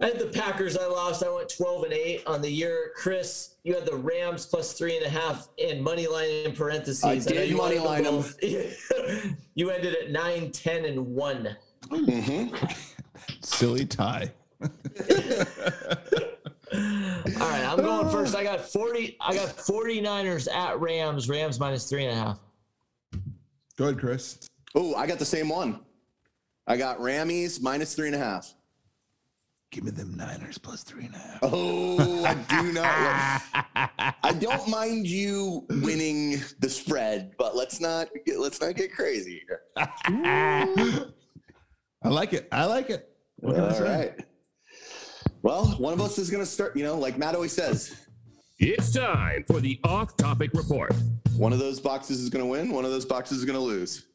I had the Packers. I lost. I went twelve and eight on the year. Chris, you had the Rams plus three and a half and money line in parentheses. I know did you money wanted them line both. you ended at nine, ten, and one. Mhm. Silly tie. All right, I'm going first. I got 40. I got 49ers at Rams. Rams minus three and a half. Go ahead, Chris. Oh, I got the same one. I got Rammies minus three and a half. Give me them Niners plus three and a half. Oh, I do not. love, I don't mind you winning the spread, but let's not get, let's not get crazy here. I like it. I like it. What can I All say? right. Well, one of us is going to start, you know, like Matt always says, It's time for the off topic report. one of those boxes is going to win, one of those boxes is going to lose.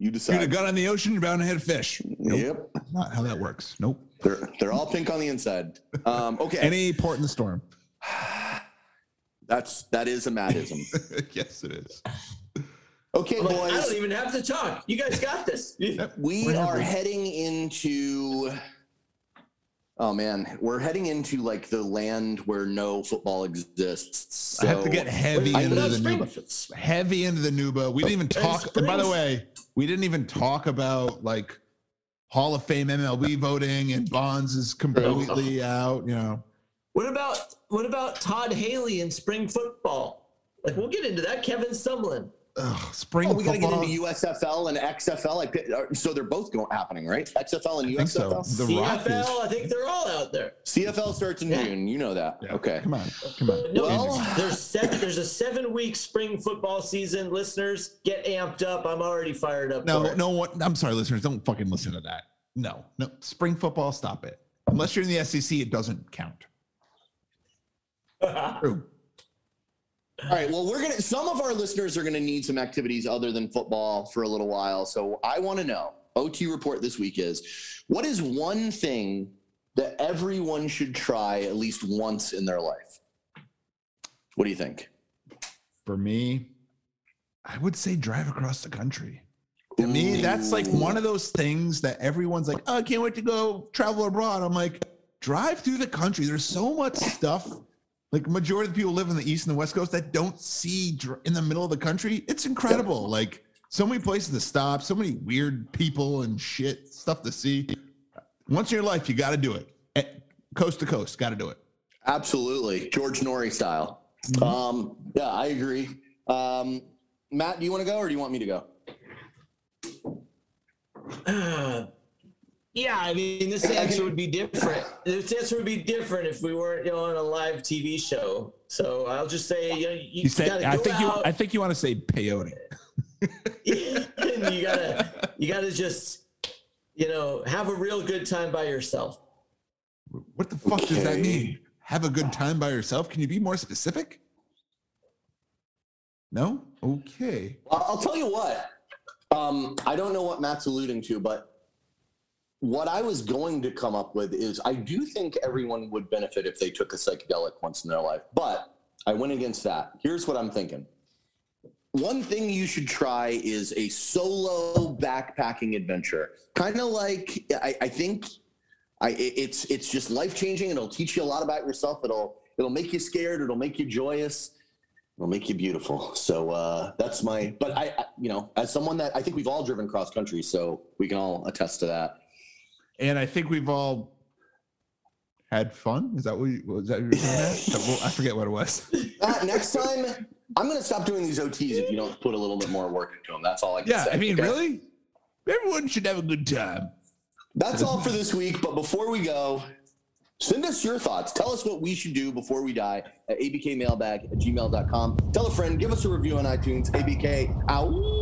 You Shoot a decide. gun on the ocean, you're bound to hit a fish. Nope. Yep. Not how that works. Nope. They're, they're all pink on the inside. Um, okay. Any port in the storm. That's, that is a Mattism. yes, it is. Okay, I'm like, I don't boys. even have to talk. You guys got this. We We're not are losing. heading into, oh man, we're heading into like the land where no football exists. I have to So- Oh, get heavy I into love the spring- Nuba. Heavy into the Nuba. We didn't even talk. And by the springs. way, we didn't even talk about like Hall of Fame MLB voting and Bonds is completely out. You know, What about what about Todd Haley in spring football? Like we'll get into that. Kevin Sumlin. Ugh, spring Oh, we got to get football. into USFL and XFL. I pick, uh, so they're both going happening, right? XFL and I think so. USFL. The Rock is- CFL. I think they're all out there. CFL starts in Yeah. June. You know that. Yeah, Okay. Come on. Come on. No, Well- there's seven, there's a seven week spring football season. Listeners, get amped up. I'm already fired up. for No, it. no one. I'm sorry, listeners. Don't fucking listen to that. No, no. Spring football, stop it. Unless you're in the SEC, it doesn't count. True. All right. Well, we're going to, some of our listeners are going to need some activities other than football for a little while. So I want to know OT report this week is what is one thing that everyone should try at least once in their life? What do you think? For me, I would say drive across the country. To me, that's like one of those things that everyone's like, oh, I can't wait to go travel abroad. I'm like, drive through the country. There's so much stuff. Like majority of the people live in the East and the West Coast that don't see dr- in the middle of the country. It's incredible. Like so many places to stop, so many weird people and shit, stuff to see. Once in your life, you got to do it. Eh, Coast to coast, got to do it. Absolutely. George Norrie style. Mhm. Um, yeah, I agree. Um, Matt, do you want to go or do you want me to go? Uh, yeah, I mean, this I- I answer can- would be different. This answer would be different if we weren't you know, on a live TV show. So I'll just say, you know, you, You said, gotta I go think you, out I think you want to say peyote. and you gotta, you gotta just, you know, have a real good time by yourself. What the fuck does that Okay. mean? Have a good time by yourself? Can you be more specific? No? Okay. I'll I'll tell you what. Um, I don't know what Matt's alluding to, but what I was going to come up with is I do think everyone would benefit if they took a psychedelic once in their life, but I went against that. Here's what I'm thinking. One thing you should try is a solo backpacking adventure, kind of like I, I think I, it- it's it's just life changing. It'll teach you a lot about yourself. It'll it'll make you scared. It'll make you joyous. It'll make you beautiful. So uh, that's my. But I, I, you know, as someone that I think we've all driven cross country, so we can all attest to that. And I think we've all had fun. Is that what you, was that? What you were saying, Matt? No, well, I forget what it was. Matt, Uh, next time, I'm going to stop doing these OTs if you don't put a little bit more work into them. That's all I can Yeah, say. I mean, okay? really, everyone should have a good time. That's all for this week. But before we go, send us your thoughts. Tell us what we should do before we die at abkmailbag at gmail.com. Tell a friend, give us a review on iTunes. ABK out.